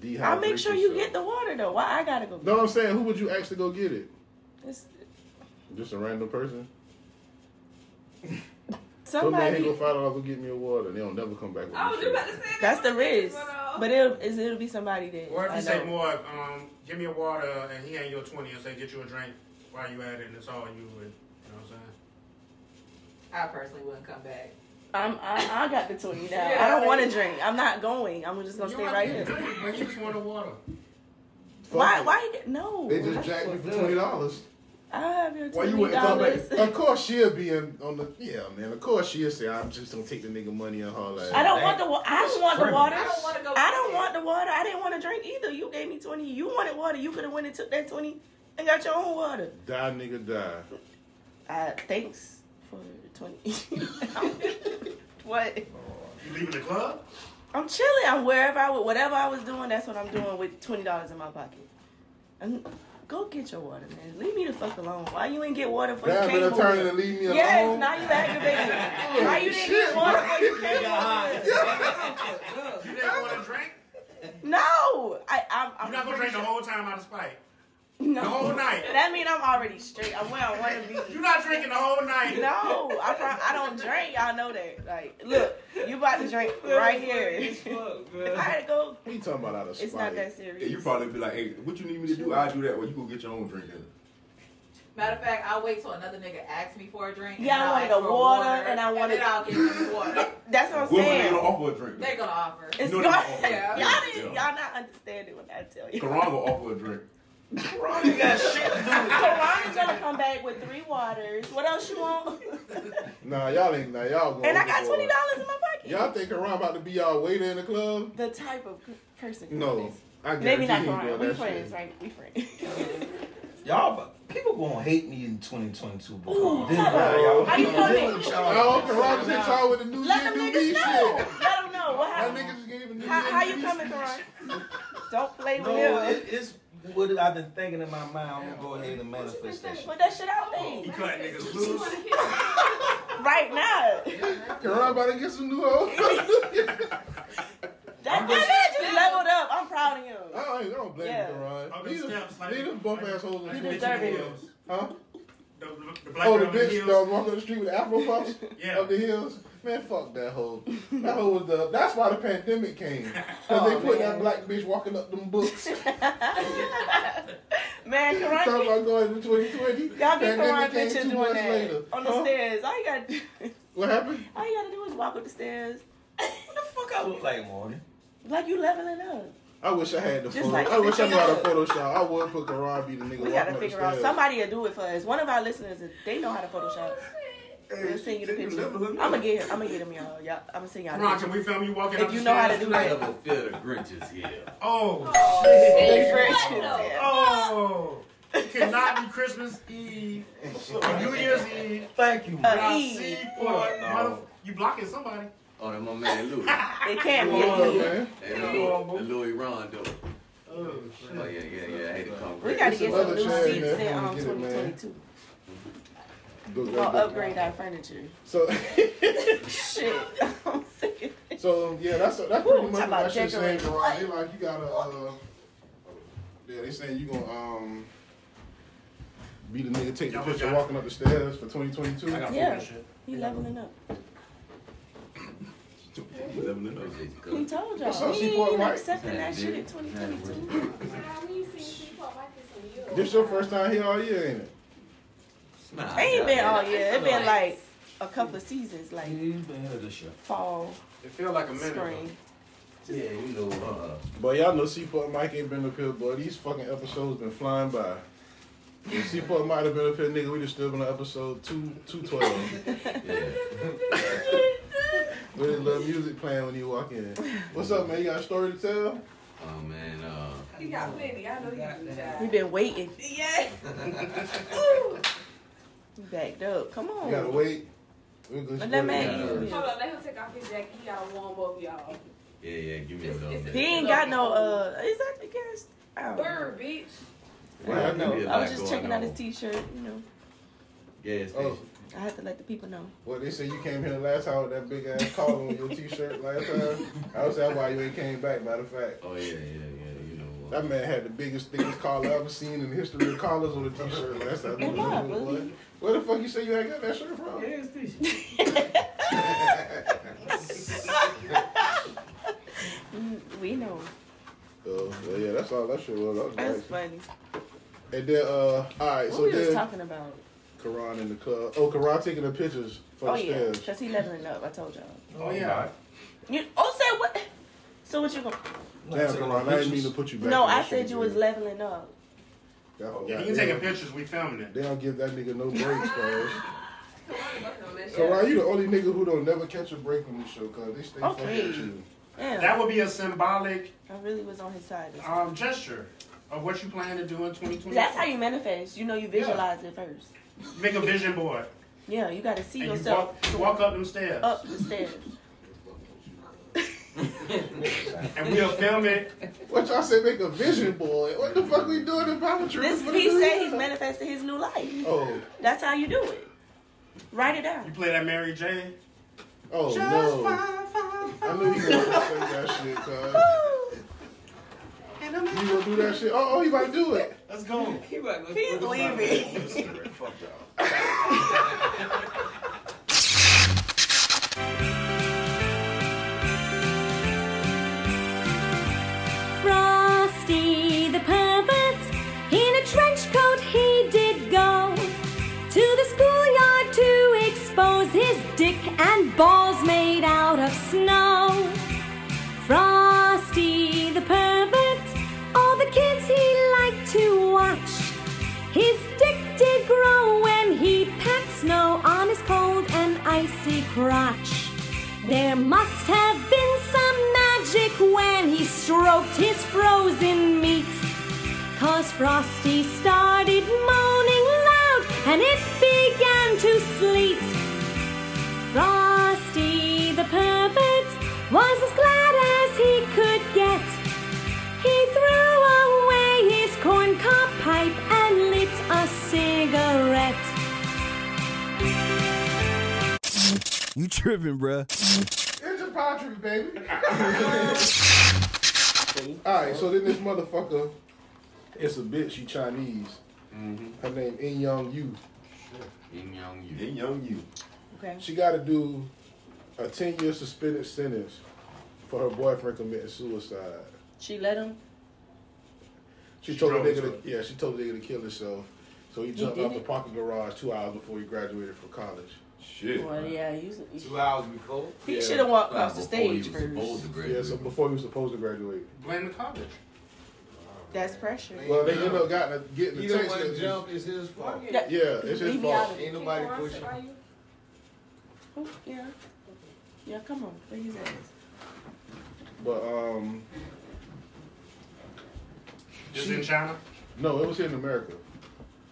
Dehydrate I'll make sure you yourself. get the water though. Why I gotta go? No, I'm saying, who would you ask to go get it? It's Just a random person. Go somebody. man, go five dollars, go get me a water. They don't never come back. With Oh, I was this shit. just Oh, about to say that. That's the risk. But it'll it's- it'll be somebody that. Or if I you say know. more, um, give me a water and he ain't your twenty and say get you a drink while you at it and it's all you and you know what I'm saying? I personally wouldn't come back. I'm, I, I got the 20 now. Yeah, I don't want to like- drink. I'm not going. I'm just going to You stay might right get a here. drink, But he just wanted water. Why? Why? you- No. They just jacked me for twenty dollars. I have your Why you $20. wouldn't come back? Of course she'll be in, on the yeah, man. Of course she'll say I'm just gonna take the nigga money and haul ass. I don't want the water. I don't want the Criminal. water. I don't wanna go I don't want the water. I didn't want to drink either. You gave me 20. You wanted water. You could have went and took that 20 and got your own water. die, nigga, die. Uh, thanks for the 20. what? You leaving the club? I'm chilling. I'm wherever I would, whatever I was doing, that's what I'm doing with twenty dollars in my pocket. And go get your water, man. Leave me the fuck alone. Why you ain't get water for Now you came better over? turn and leave me alone. Yes, now you aggravated. Why you didn't get water for you came over? You didn't want a drink? No, I, I'm. I'm You're not gonna drink the whole time out of spite. No. The whole night. That mean I'm already straight. I'm where I want to be. You're not drinking the whole night. No, I pro- I don't drink. Y'all know that. Like, look, you about to drink right here. if I had to go, What you talking about out of spite? It's not that serious. Yeah, you probably be like, hey, what you need me to do? I'll do that, or you go get your own drink. then. Matter of fact, I'll wait till another nigga asks me for a drink. and Yeah, I wanted a I'll ask for a water, and I wanted- And then I'll give you water. that's what I'm Women ain't saying. gonna offer a drink. They're gonna offer. It's You know not, they gonna offer. y'all, didn't, Yeah. y'all not understanding what I tell you. Karan will offer a drink. Ronnie got shit to do with Karan's gonna come back with three waters. What else you want? Nah, y'all ain't. Nah, y'all. gonna And I get got water. twenty dollars in my pocket. Y'all think Karan about to be y'all waiter in the club? The type of person. you No, I are. Maybe guarantee not he Karan. ain't doing We that friends, shit. right? We friends. Y'all, but people gonna hate me in 2022. Bro. Ooh, Then, tell bro, her. y'all- How you coming? Oh, Karan hit y'all with the new Let year, them new niggas me know. shit. Let them know what happened. How, how you coming, Karan? Don't play with No, him. it, it's what I've been thinking in my mind. I'm gonna go ahead and manifest that shit. Put that shit out You there cut niggas loose. right now. Karan Oh. about to get some new hoes. That that man just leveled up. I'm proud of him. I don't, I don't blame Yeah. Karan. Up the Leave them- steps, like- leave them bump ass hoes. like in the Mitchell street. Hills. Huh? The, the black oh, the girl in bitch heels. that walking on the street with the afro puffs Yeah. up the hills. Man, fuck that hoe. That hoe was the. That's why the pandemic came. Cause they Oh, put that black bitch walking up them books. Man, Karan. Talking about going to 2020. Y'all get Pandemic Karan came pictures two doing months that later. on the Huh? stairs. All you gotta do, What happened? all you gotta do is walk up the stairs. what the fuck I I look like Morgan. like you leveling up. I wish I had the Just photo. like- I wish I knew how to Photoshop. I would put Karan be the nigga We walking gotta up the figure out stairs. somebody will do it for us. One of our listeners, they know how to Photoshop. We'll send you the picture. I'm gonna get him. I'm gonna get him, y'all. y'all I'm gonna send y'all. the Ron, picture. can we film you walking If up you the know how to stairs? do that. Double feel the Grinches here. Oh, They shit. Grinch is here. Oh, it cannot be Christmas Eve or New Year's Eve. Thank you, without Eve. C for motherf- you blocking somebody. Oh, that my man Louis. It can't Come on, be. man. That Louis, the Louis Rondo. Oh, yeah, yeah, yeah. I hate to come. We gotta get some new seats in um, 2022. We're gonna upgrade our furniture. So Shit. So yeah, that's that's Woo, pretty talk much about what that shit's saying. decorating. Right? They like you gotta. Uh, yeah, they saying you gonna um. Be the nigga take the picture walking up the stairs for 2022. Yeah. He leveling up. He told What's up, y'all. He Seaport ain't White? accepting that shit in 2022. This your first time here all year, ain't it? It ain't been all year. It been like a couple of seasons, like fall, It feel like a minute. spring. Yeah, you know. Uh, but y'all know Seaport Mike ain't been up here, but these fucking episodes been flying by. If Seaport might have been up here, nigga. We just still been on episode two, two twelve. With a little music playing when you walk in. What's up, man? You got a story to tell? Oh, man. Uh, You got plenty. I know you got We that. been waiting. Yeah. You Backed up. Come on. You gotta wait. We'll go But that straight man, to- Hold on, let him take off his jacket. He gotta warm up, y'all. yeah, yeah. Give me a little bit. he ain't got no. uh Is that the gas? I don't know. Bird, bitch. Right, I don't there'd be a know. I was lot just going checking out on. his t-shirt. You know, Gas station. Oh, I had to let the people know. well, they said you came here last time with that big ass collar on your t-shirt last time. I was that why you ain't came back. Matter of fact. Oh, yeah, yeah, yeah. You know. That man had the biggest, thickest collar I ever seen in the history of collars on a t-shirt last time. Am I, really? Where the fuck you say you ain't got that shirt from? Mm, We know. So, Oh, well, yeah, that's all that shit was. That was That's nice. funny. And then, uh, all right, What so we was then talking about? Karan in the club. Oh, Karan taking the pictures for Oh the yeah, stairs. cause he leveling up. I told y'all. Oh, yeah. You oh say what? So what you gonna? Damn, Karan, I didn't mean to put you back. No, in that I said shit you was again. leveling up. I forgot. You can They take don't- pictures. We filming it. They don't give that nigga no breaks, cuz. On that shit. Karan, you the only nigga who don't never catch a break on this show, cuz. They stay Okay. fucking with you. Damn, That would be a symbolic I really was on his side. this time. um, gesture of what you plan to do in 2020. That's how you manifest. You know, you visualize it first. make a vision board Yeah, you got to see and you yourself walk, walk up them stairs, up the stairs. and we'll film it. What y'all say make a vision board? What the fuck we doing in Papa Tree? This he said he's manifesting his new life. Oh, That's how you do it. Write it You down. play that Mary J. oh no. I knew you were gonna say that shit, cuz. Woo! You gonna do that shit? Oh, oh, he about to do it. Let's go. He might go He's leaving. Fuck y'all. Frosty the Puppet, in a trench coat he did go to the schoolyard to expose his dick and balls made out of snow. Frosty the Puppet, all the kids he liked to watch. His dick did grow when he packed snow on his cold and icy crotch. There must have been some magic when he stroked his frozen meat. Cause Frosty started moaning loud and it began to sleet. Frosty the Puppet was as glad as he could get. He threw away his corncob pipe and lit a cigarette. You tripping, bruh. It's a pottery, baby. Alright, so then this motherfucker, it's a bitch, she Chinese. Her name In Young Yu. Mm-hmm. Yin Yang Yu. In young you. Okay. She gotta do a 10 year suspended sentence for her boyfriend committing suicide. She let him. She She told the drove nigga to, herself. yeah, she told the nigga to kill himself. So he jumped did out the it? parking garage two hours before he graduated from college. Shit. Well, yeah, you. you Two hours before? he yeah. should have walked Nah, across the before he stage was supposed first. to Yeah, graduate. so before he was supposed to graduate. Blame the college. That's pressure. Well, they end up gotten a, getting He the don't text. wanna message. jump, it's his fault. Yeah. Yeah, it's his Leave me out fault. of it. nobody Can Karan pushing. sit by you? Ooh, yeah. Yeah, come on. Where his ass? But um, Just She- in China. no, it was here in America.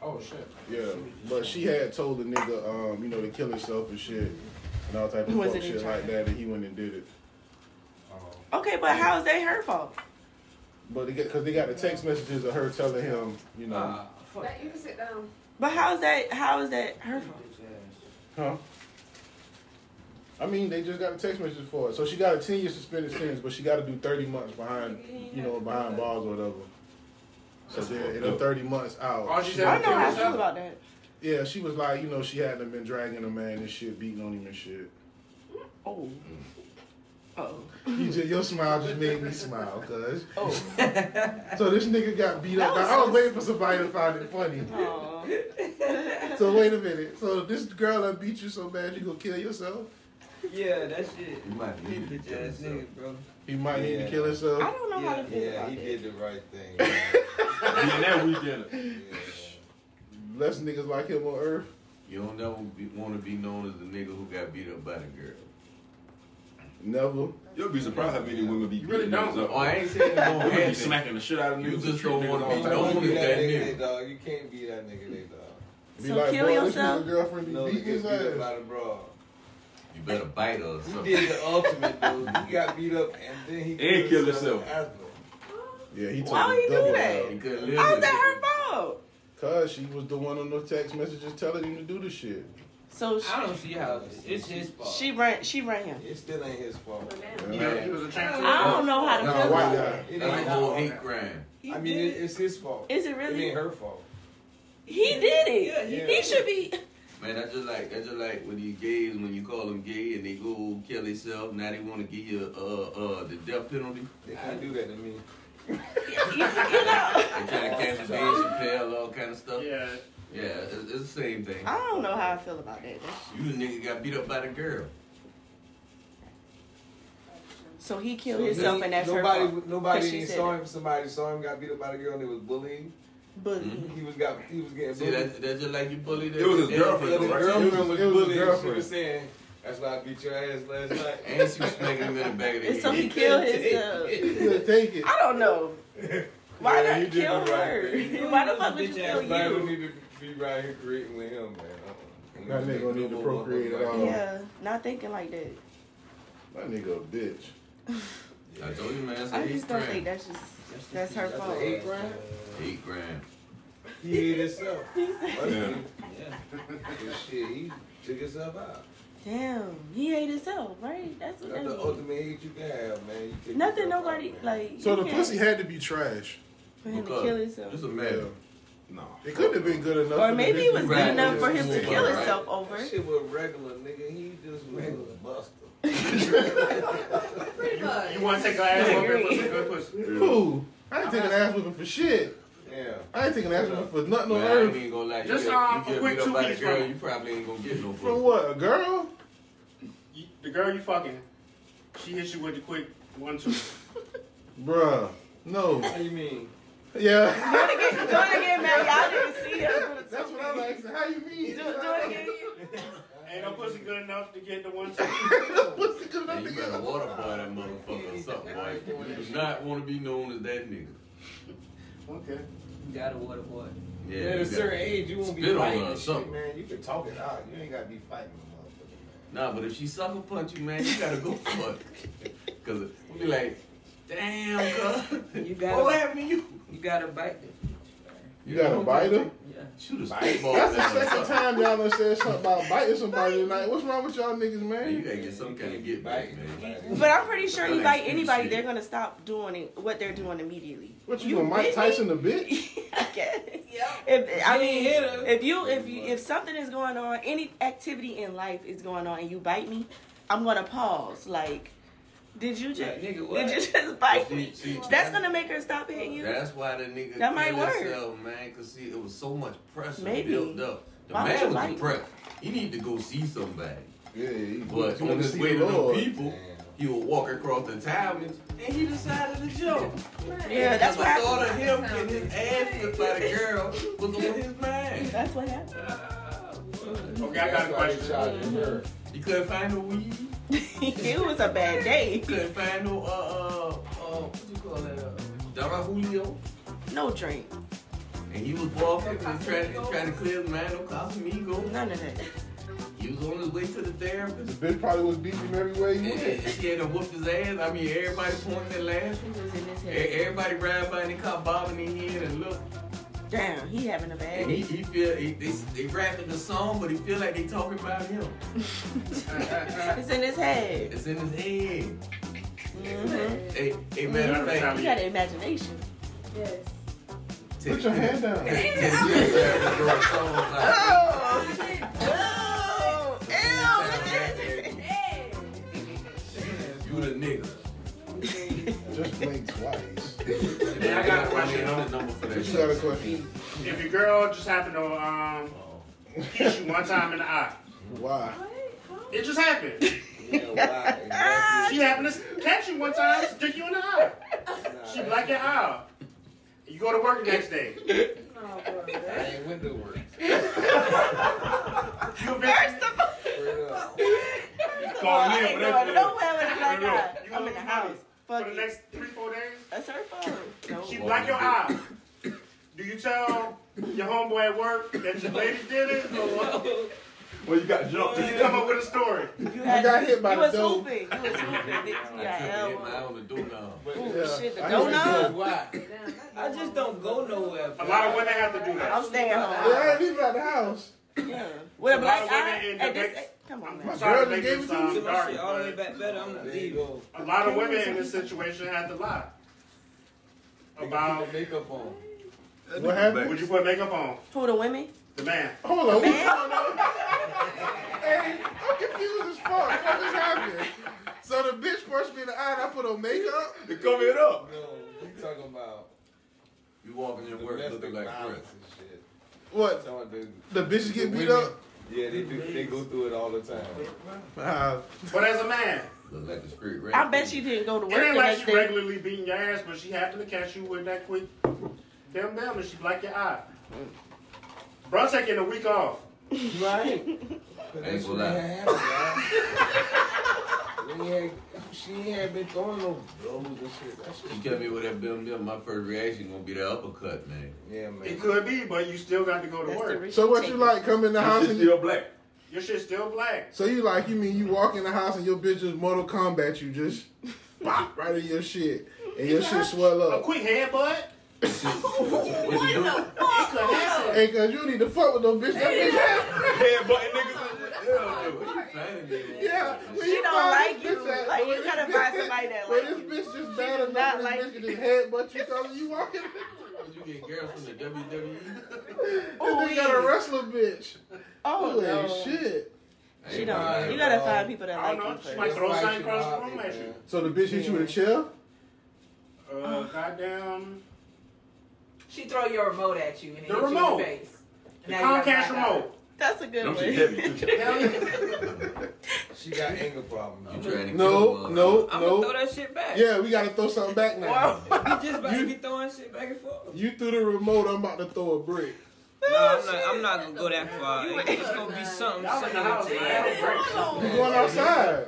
Oh shit. Yeah, but she had told the nigga, um, you know, to kill himself and shit and all type of Was fuck it in shit like China? that, and he went and did it. Okay, but how is that her fault? But because they got the text messages of her telling him, you know, Uh, But you can sit down. But how is that? How is that her Oh, fault? huh? I mean, they just got a text message for it. So she got a ten year suspended sentence, but she got to do thirty months behind, you know, behind bars or whatever. So then, in the thirty months out, Oh, she said I know how I feel about that. Yeah, she was like, you know, she hadn't been dragging a man and shit, beating on him and shit. Mm. Oh. Oh. You just, your smile just made me smile, cuz. Oh. so this nigga got beat up. Now, I was waiting for somebody to find it funny. so wait a minute. So this girl that beat you so bad, you gonna kill yourself? Yeah, that shit. He might need to kill himself. He might need Yeah. to kill himself. I don't know how to feel Yeah, about he that. did the right thing. And that weekend. Less niggas like him on earth. You don't never be, want to be known as the nigga who got beat up by the girl. Never. You'll be surprised how many women be. You really don't. Oh, I ain't saying no. Women be hand smacking the shit out of You niggas. just don't want to be known as that nigga, dog. You can't be that nigga, they dog. Be like, boy, this nigga girlfriend be No, you beating get beat his up ass. by the bra. You better bite her or You something. did the ultimate, dude. You got beat up and then he And killed himself. after. Yeah, he took Why would he the do double that? L. He couldn't live How is with that her fault? Cause she was the one on the text messages telling him to do the shit. So she, I don't see how it's his fault. She ran. She ran him. It still ain't his fault. Yeah. He was a I don't know how to feel about that. It That's ain't a whole his hate fault. crime. I mean, it, it's his fault. Is it really? It ain't her fault. He did it. Yeah, he yeah. should be. Man, that's just like that's just like with these gays when you call them gay and they go kill themselves. Now they want to give you uh uh the death penalty. They can't do that to me. They trying to cancel Dave Chappelle, all kind of stuff. Yeah, yeah, it's, it's the same thing. I don't know how I feel about that. That's- You the nigga got beat up by the girl. So he killed So himself, he- and that's nobody, her fault. Nobody 'Cause she even said saw it. him. Somebody saw him got beat up by the girl and it was bullying. Bullying. He was got. He was getting Mm-hmm. See, bullied. that's, that's just like you bullied. It was his girlfriend, It was right? his girlfriend was It was his bullying. girlfriend. She was saying, That's why I beat your ass last night. and she was smacking him in the back of the head. So he killed himself. take it. I don't know. Why Yeah, you not did kill the right her? thing. Why the fuck would you Bitch ass kill man, you? we need to be right here creating with him, man. Uh-uh. That nigga gonna need to procreate at all. Yeah, not thinking like that. That nigga a bitch. I told you, man. That's I eight just don't grand. think that's just that's her That's fault. an eight grand. Eight grand. He hit himself. Yeah. But shit, he took himself out. Damn, he hate himself, right? That's what That's the that ultimate hate you can have, man. You took is. Nothing, yourself out, nobody man. like. So you the can't- pussy had to be trash. for him to kill himself. It's a matter. No. It couldn't have been good enough. Or for the maybe bitch it to was be good mad enough at for him. him to Yeah. kill himself over. That shit was regular, nigga. He just was a buster. Pretty much. You want to take her ass over pussy, good pussy. Who? I ain't taking an ass whipping for shit. Yeah. I ain't taking an ass whipping for nothing on Man, I ain't earth. even gonna lie. You Just, get, um, you a get quick beat up by the two-piece girl, from- you probably ain't gonna get no From pussy. what? A girl? You- The girl you fucking, she hit you with the quick one two. Bruh. No. What do you mean? Yeah. Do it again, do it again, man. Y'all didn't see him. That's what I'm asking. How you mean? Do, do it again. Ain't no pussy good enough to get the one two. Man, you better water boy that motherfucker or something, boy. You do not want to be known as that nigga. Okay. You gotta water boy. Yeah, at you a got- certain age, you won't be spit on fighting her or and shit, something. man. You can talk it out. You ain't gotta be fighting with Nah, but if she sucker punch you, man, you gotta go for it. Cause we'll be like, damn, cuz. You gotta. What happened to you? You gotta bite them. You got a biter? Yeah. Shoot a That's spitball. the down or second something. time y'all done said something about biting somebody tonight. What's wrong with y'all niggas, Man, you man? gotta get some kind of get back, man. But I'm pretty sure you Like, bite stupid anybody, shit. they're gonna stop doing it, what they're doing immediately. What you, gonna Mike bit me? Tyson the bitch? I guess. If, I mean, if you if you if something is going on, any activity in life is going on, and you bite me, I'm gonna pause. Like, did you just Like, nigga, what? did you just bite me? See- see, That's gonna make her stop hitting you. That's why that nigga That might killed work. himself, man. Cause see, it was so much pressure Maybe. built up. The Why would you man was like- depressed. He need to go see somebody. Yeah, you But you on wanna his see way the to the Lord. people, he would walk across the town and he decided to jump. Yeah, that's the what thought of happened. him getting his ass whipped by the girl was on his mind. That's what happened. Okay, I got a question. You couldn't find no weed. it was a bad day. You couldn't find no uh uh uh what you call that? Uh, Dara Julio. No drink, And he was walking and trying, trying to clear his mind of Casamigos. none of that. He was on his way to the therapist. The bitch probably was beating him everywhere he went. Yeah, to whoop his ass. I mean, everybody pointing and laughing. E- Everybody riding by in the car, bobbing their head and look. Damn, he having a bad And he, he feel he, they they rapping the song, but he feel like they talking about him. It's in his head. It's in his head. Mhm. Hey, Mm-hmm. hey man, Mhm. I You got an imagination. Yes. Put your hand down. Oh, You the nigga. Just blink twice. Then I got a question. You got a question? If your girl just happened to um, kiss you one time in the eye, why? It just happened. she happened to catch you one time, stick you in the eye. she black your eye. out. You go to work the next day. I ain't window work. First of all, I ain't going nowhere with a black eye. You gonna lose money for the next three, four days? That's her fault. She black your eye. Do you tell your homeboy at work that your lady did it? Or what? Well, you got jumped. Do you come up with a story? You, had- got hit by you the was door. hooping. You was hooping. uh, Oh, shit, the I know doorknob? you Why? I just don't go nowhere. A lot of women have to do that. I'm staying home. Yeah, leave it out the house. Yeah. With a A lot black of women eye. end Hey, up this, ex- come on, I'm man. sorry to make gave you it to me. sound My dark, shit all the way but back better. I'm gonna leave. A lot of women in this situation had to lie. About makeup on. What happened? Would you put makeup on? Who the women? The man. Hold on. Man? Hey, I'm confused as fuck. What just happened? So the bitch punched me in the eye and I put on makeup? To cover it up. No, you talking about You walking in work looking like Chris. What? The bitches get beat up? Yeah, they do. They go through it all the time. Uh, But as a man, Look like the street rat. I bet she didn't go to it work the ain't like next she day. regularly beating your ass, but she happened to catch you with that quick damn damn and she black your eye. Bro taking a week off. Right. I ain't gonna lie. We had, she had been throwing no blows and shit. That shit. You kept me with that bim bim. My first reaction gonna be the uppercut, man. Yeah, man. It could be, but you still got to go to work. so what you like, come in the house and you black. Your shit's still black. So you like, you mean you walk in the house and your bitch just Mortal Kombat you, just pop right in your shit. And your shit swell A up. quick headbutt. Hey, cause you need to fuck with those bitch. That bitch Headbutting niggas. Yeah, when She you don't find like this you. bitch at- Like, when you this gotta bitch- find somebody that when like this bitch just She bad do enough, not this like bitch can just headbutt you, cause you walking. You get girls from the E? WWE. And they got a wrestler bitch. Oh, Holy no. shit. She don't. You gotta find people that I like don't know. you. She first. might throw something across the room at you. So the bitch hit you with a chair? Uh, goddamn. She throw your remote at you and it The hit you in remote. the face. The Now you got Comcast black eye. remote. That's a good Them one. shit She got anger problems. You trying No, no, I'ma no. throw that shit back. Yeah, we gotta throw something back now. You just about to be throwing shit back and forth. You threw the remote, I'm about to throw a brick. No, I'm not. I'm not gonna go that far. It's gonna be something. Y'all in the house, man. You going outside.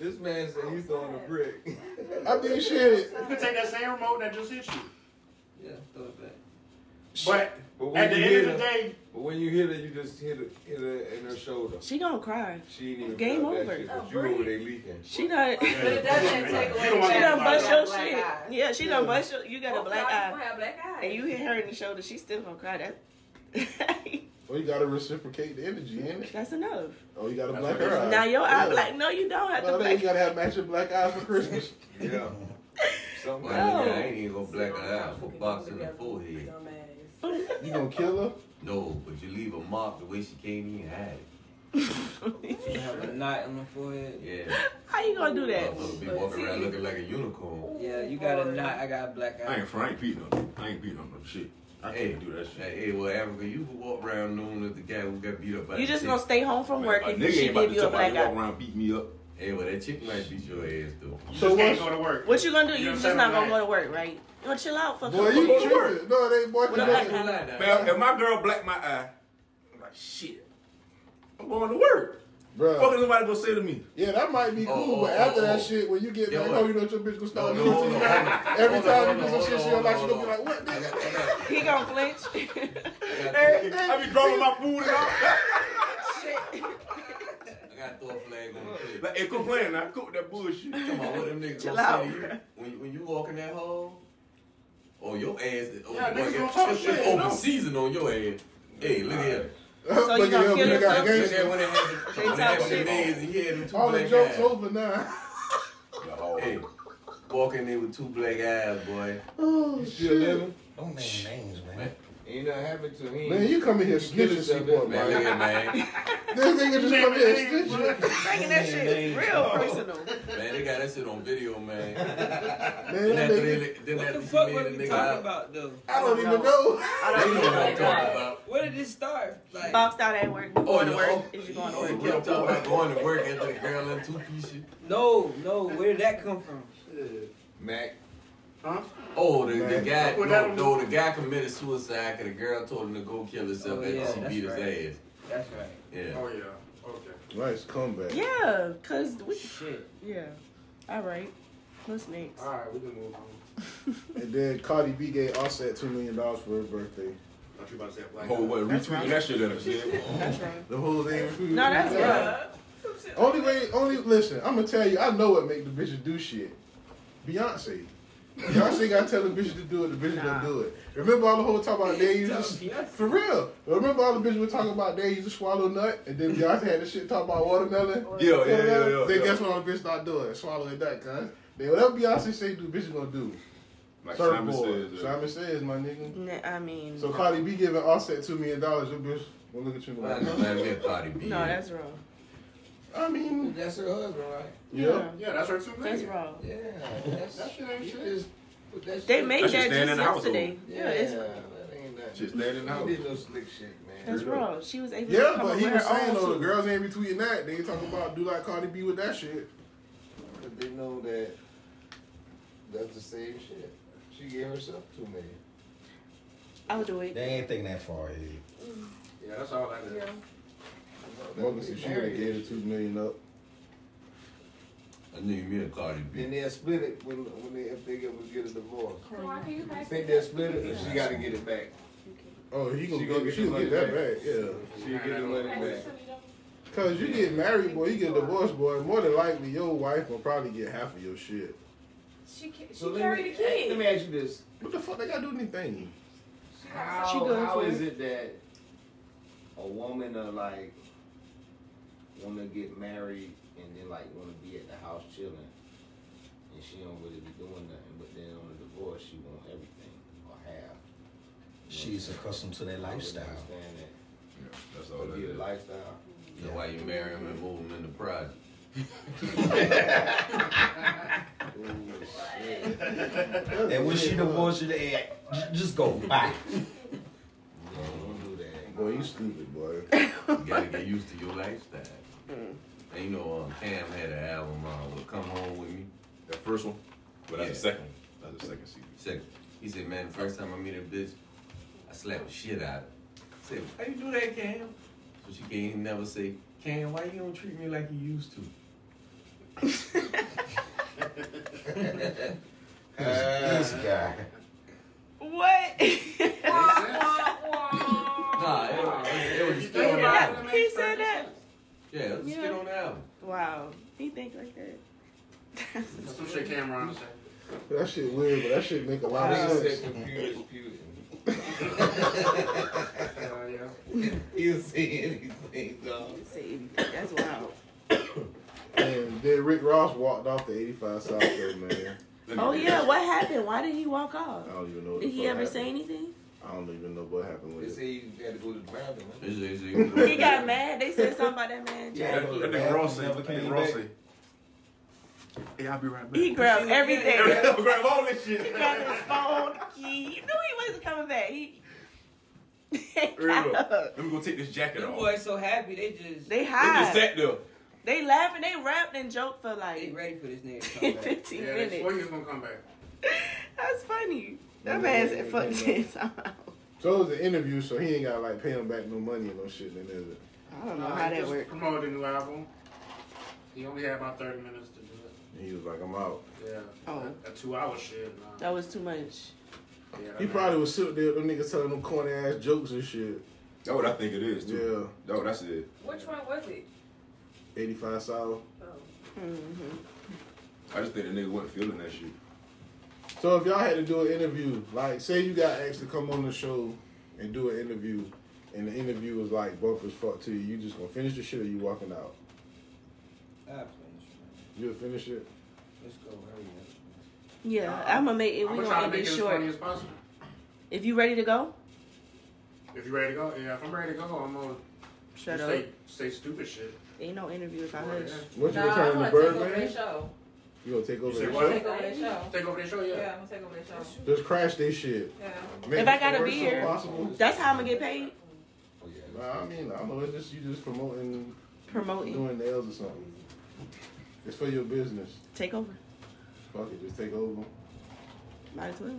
This man said he's throwing a brick. I mean, shit. You could take that same remote that just hit you. Yeah, throw it back. But, But at the you end of hit the her- day- but when you hit her, you just hit her, hit her in her shoulder. She gonna cry. She ain't even Game felt that over. shit, Oh, but you over there leaking. She done. But it doesn't take away from She the done black bust eye. your Black shit. eye. Yeah, she done bust your. You got a Both black y'all gonna eye. have black eyes. And you hit her in the shoulder. She still gonna cry. That Well, you gotta reciprocate the energy, ain't it? that's enough. Oh, you gotta black her out. Now your eye Yeah. black. No, you don't have Well, to then you black. gotta have matching black eyes for Christmas. Yeah. Well, nigga, I ain't even gonna black her out for boxing the forehead. You gonna kill her? No, but you leave a mark the way she came in. Had You have a knot on the forehead. Yeah. How you gonna do that? Motherfucker be walking around looking like a unicorn. Yeah, you got a knot. I got a black eye. I ain't, I ain't beating on I ain't beating on no shit. I can't do that shit. Hey, well, Africa, you could walk around knowing that the guy who got beat up. By You the just chick. gonna stay home from work A if nigga she ain't about give to you a jump out black and walk eye. around beat me up. Hey, well, that chick might beat your ass though. So what's- What you gonna do? You You're just not gonna saying go to work, right? You gonna chill out for a Boy, couple you days. tripping. No, it ain't boyfriend. Well, I ain't nothing. gonna lie now. Man, if my girl black my eye, I'm like, shit, I'm going to work. Bro. Fucking somebody gonna say to me. Yeah, that might be cool, Oh, but oh, after oh, that oh. shit, when you get Yeah, back what? home, you know what your bitch gonna start No, doing no, to you. hold on, hold on. Every Hold time on, you hold do some on, shit hold she don't on, like, she hold gonna be on. like, what? nigga? He gonna flinch. I be dropping my food and all. I gotta throw a flag on it. Like, hey, quit playing now. Quit with that bullshit. Come on, what them niggas Chill gonna out. say to you? When, when you walk in that hole, oh, your ass is oh, Yeah, boy, niggas it's, gonna talk it's shit, open no. season on your ass. Hey, look at here. So you Look at gonna him, kill nigga got yourself? gangsta. Look at when it had the- They when it talk had the shit. maids and he had them two All the black jokes eyes. over now. Hey, walk in there with two black eyes, boy. Oh, shit. Don't name names, man. Ain't nothing happened to him. Man, you come in here snitching yourself support, in, man. man. This Look at man. nigga just come in here snitching. Making that shit real personal. oh. Man, they got that shit on video, Man, man. then that after nigga- they, then after What he were made the we nigga talking out, about though? I don't even know. I don't They even know what I'm know. talking about. Where did this start? Like, Boxed out at work. Oh, Going to no. work. Is you going to Oh, work? we kept talking about going to work after the girl in two piece shit. no, no. Where did Oh, that come from? Mac. Huh? Oh, the, the Mac. guy, Well, no, that no, the guy committed suicide because the girl told him to go kill herself Oh, after yeah, she that's beat right. his ass. That's right. Yeah. Oh yeah. Okay. Nice comeback. Yeah, cause we. Shit. Yeah. All right. What's next? All right, we can move on. And then Cardi B gave Offset $2 million for her birthday. Thought you about to say black. Oh, what? That's Retweeting right. that shit at us. yeah. That's right. The whole thing. No, that's right. Only way, only listen. I'm gonna tell you. I know what make the bitches do shit. Beyonce. Beyonce got to tell the bitches to do it. The bitches Nah. don't do it. Remember all the whole talk about they used Tough, to, yes. for real. Remember all the bitches were talking about they used to swallow nut, and then Beyonce had this shit talking about watermelon. Yeah, yeah, yeah, Watermelon? yeah, Then yeah. guess what all the bitches not doing? Swallowing nut, cuz. Then whatever Beyonce say do, bitches gonna do. Like Surfboard. Simon says, uh, Simon says, my nigga. N- I mean. So Cardi B giving Offset two million dollars, your bitch will look at you I like. know that man Cardi B. No, that's wrong. I mean, That's her husband, right? Yeah. Yeah, that's her two That's million. wrong. Yeah. That's, That shit ain't you shit. just put that shit. They made That should that, stand in just the household. yesterday. Yeah, Yeah, it's, that ain't nothing. Just standing You out. did no slick shit, man. that's Straight up. wrong. She was able to Yeah, come but up he with was her saying own though the too. girls ain't be tweeting that. They talking about do like Cardi B with that shit. But they know that that's the same shit. She gave herself two million. I'll do it. They ain't thinking that far ahead. Mm. Yeah, that's all I did. Morgan said she already gave the two million up. I need me a Cardi B. Then they'll split it when, when they, if they ever get a divorce. Why can you You pass think it? they'll split it? Or she got to get it back. Oh, he gonna She get, gonna get she the gonna get money that back. back. Yeah, She'll get the money Pass back. it to me, though. cause you get married, boy, you get divorced, boy. More than likely, your wife will probably get half of your shit. She, ca- she So let carried me, a kid. let me ask you this. What the fuck? They gotta do anything? She got How, She good how for is it. it that a woman are like want to get married and then like want to be at the house chilling and she don't really be doing nothing, but then on the divorce she want everything or half. She's accustomed to that I wouldn't lifestyle. Understand that. That's all But that be a is. lifestyle. That's why you marry him and move him in the project. Ooh, shit. And when she divorced you, they "J- just go bye. No, don't do that. Boy, you stupid, boy. You gotta get used to your lifestyle. And you know, um, Cam had an album uh, with Come Home With Me. That first one, but that's the Yeah. second one. That's the second CD. Said, he said, man, the first time I meet a bitch, I slap the shit out of her. I said, how you do that, Cam? So she can't even never say, Cam, why you don't treat me like you used to? This guy. What? Nah, it, was- it, it was a skit on the album. he said that. Yeah, it was a skit on the album. Wow. He think like that. That's some shit Cameron said. That shit weird, but that shit make a lot of Nigga said sense. computer is putin. Yeah, yeah. He'll say anything, dog. See, that's wild. And then Rick Ross walked off the 85 South Bay, man. Oh yeah, what happened? Why did he walk off? I don't even know. What Did the he fuck ever happened. say anything? I don't even know what happened They with say it. you had to go to the bathroom. huh? It's- it's- He got mad. They said something about that man. Yeah, Jack. that that nigga Ross said. Never That came nigga Ross back. said. Hey, I'll be right back. He grabbed everything. Grab all this He shit. grabbed his phone, key. You knew he wasn't coming back. He. Real. Let me go take this jacket Them off. boys so happy they just they They just high. sat there. They laughing. They rapped and joked for they like ready for this nigga to come back. 15 Yeah, they swore minutes. he was gonna come back. That's funny. That man said, "Fuck this." I'm out. So it was an interview, so he ain't gotta like pay him back no money or no shit. Then is it? I don't know Nah, how he that just worked. Promoted a new album. He only had about thirty minutes to do it. And he was like, I'm out. Yeah. Oh. A two hour shit. Nah. That was too much. Yeah, that He man- probably was sitting there, with them niggas telling them corny ass jokes and shit. That's what I think it is, too. Yeah. No, that's it. Which one was it? 85 South. Mm-hmm. I just think the nigga wasn't feeling that shit. So if y'all had to do an interview, like say you got asked to come on the show and do an interview, and the interview was like both as fuck to you, you just gonna finish the shit or you walking out? I finish, You'll finish it. Let's go. Hurry up. Yeah, I'm gonna make it. I'ma We're gonna try to end make this it as short. funny as possible. If you ready to go, If you ready to go, yeah. If I'm ready to go, I'm gonna Shut say, up. say stupid shit. ain't no interview if I hush. What you Nah, gonna I'm turn gonna into take over their Birdman? show. You gonna take over say the what? show? Take over their show. Take over their show, yeah. Yeah, I'm gonna take over their show. Just crash this shit. Yeah. Make if it I got a the worst show beer, possible. that's how I'm gonna get paid. Nah, I mean, I don't know. It's just you just promoting, Promoting. doing nails or something. It's for your business. Take over. Fuck it, just take over. Might as well.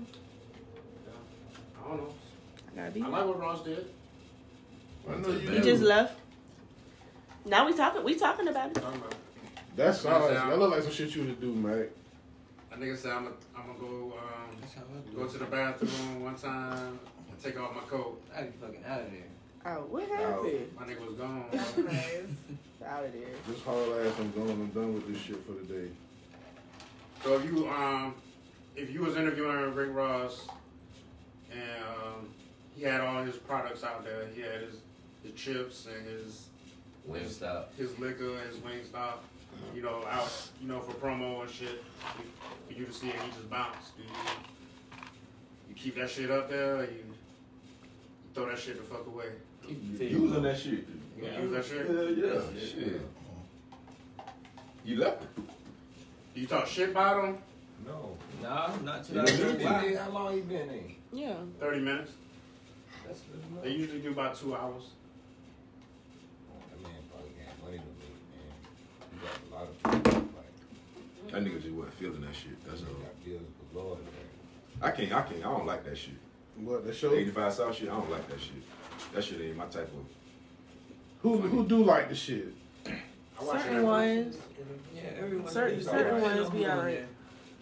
I don't know. I gotta be. I like what Ross did. I know you. He just left. Now we talking. We talking about it. That's solid. That look like some shit you would do, Mac. That nigga said I'm gonna I'm gonna go um, go to the bathroom one time and take off my coat. I'd be fucking out of there. Oh, what happened? My nigga was gone. Out of there. Just haul ass. I'm going. I'm done with this shit for the day. So if you um if you was interviewing Rick Ross and um, he had all his products out there, he had his the chips and his his, Wingstop. his liquor, his Wingstop, you know, out you know for promo and shit. For you to see it, he just bounced. Do you you keep that shit up there? Or you, you throw that shit the fuck away. Using that shit. You gonna use that shit? Hell yeah. Shit. You left it. You talk shit about him? No. Nah, not You till I heard did. why. How long you been in? Yeah. Thirty minutes. That's good enough. They usually do about two hours. That man probably had money to make, man. He got a lot of people. Like, That nigga just wasn't feeling that shit. That's all. got bills galore, man. I can't. I can't. I don't like that shit. What the show? 85 South shit. I don't like that shit. That shit ain't my type of. Who who do like the shit? I watch Certain ones. Yeah, everyone. Certain, certain ones be alright.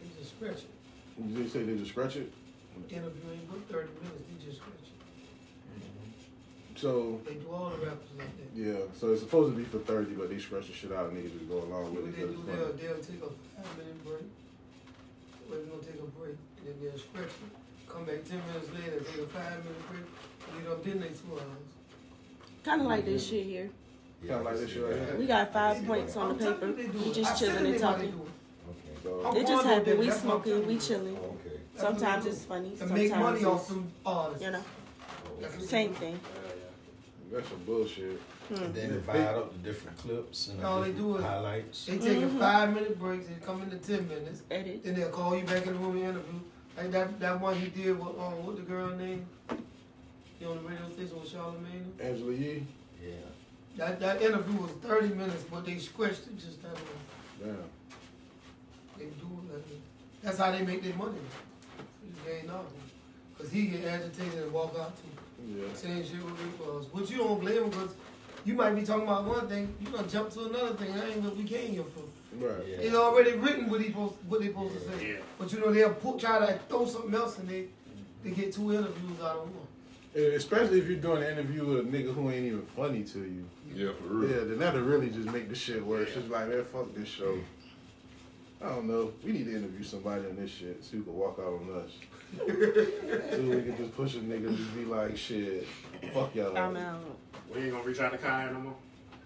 They just scratch it. Did they say they just scratch it? Interview ain't but 30 minutes. They just scratch it. So Mm-hmm. They do all the rappers like that. yeah, so it's supposed to be for thirty, but they scratch the shit out and niggas just go along with What it. they 'cause do, it's they'll, Oh, funny. they'll take a five minute break. We're gonna take a break, and then they'll stretch it. Come back ten minutes later, take a five minute break, and get up then they two hours. Kind of like this shit here. Kinda like this shit right here. We got five points on the paper. We just chilling and talking. So, It just going with happened. it. We That's what I'm smoking, trying we to chilling. Sometimes it's funny. To make money sometimes off it's- some artists. You know, same thing. that's some bullshit. Hmm. They divide up the different clips and All the they different do is highlights. they take Mhm. Mm-hmm. a five minute break, they come in to ten minutes, Edit. then they'll call you back in the room and interview. Like that that one he did with um what the girl name? You on the radio station with Charlamagne? Angela Yee. Yeah. That that interview was thirty minutes, but they squished it just that way. Damn. They do it like that. That's how they make their money. They ain't know. Cause he get agitated and walk out too. Yeah. Same shit with Rick Ross. But you don't blame him because you might be talking about one thing, you gonna jump to another thing. That ain't what we came here for. Right. It's already written what he supposed what they supposed to say. But you know they'll put, try to throw something else in there. They get two interviews out of one. And Eh, Especially if you're doing an interview with a nigga who ain't even funny to you. Yeah, for real. Yeah, then that'll really just make the shit worse. Just like, man, fuck this show. I don't know. We need to interview somebody on this shit so you can walk out on us. so we can just push a nigga and just be like, shit, fuck y'all. I'm out. We ain't gonna reach out to Kaya no more.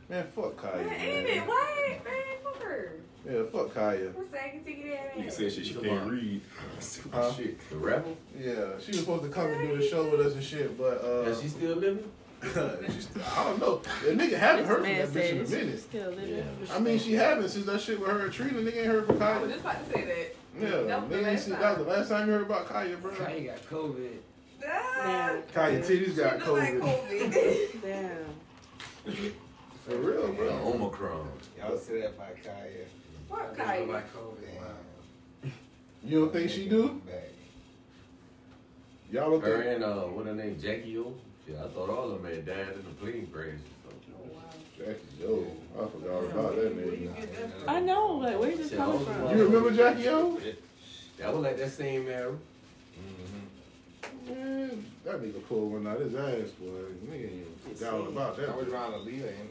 Man, fuck Kaya. Ain't it? Man. What? Man, fuck her. Yeah, fuck Kaya. What's that? I can take it out of Nigga that. said shit she can't read. Huh? Shit. The rapper? Yeah, she was supposed to come and do the show with us and shit, but uh, Is she still living? she's still, I don't know. The nigga haven't This heard from man that bitch in a says she's minute. still living. I mean, she haven't since that shit with her and Trina. Nigga ain't heard from I Kaya. was just about to say that. Yeah, That was the nigga, ain't last seen- time. that was the last time you heard about Kaya, bro. Kaya got COVID. Damn. Kaya titties got Ah. She look like COVID. COVID. Damn. For real, bro. Omicron. Y'all see that by Kaya. Fuck Kaya. You don't think she do? Y'all don't Her think? and uh, what her name, Jackie O. Yeah, I thought all of them had died in the plane crash. or something. Jackie O. I forgot all about that nigga. I know, but where's this Shit, coming I was from? wild. You remember Jackie O? That was like that same era. Mm-hmm. Man, that nigga pulled one out his ass, boy. Nigga ain't even forgot all about that. I was around Aaliyah, and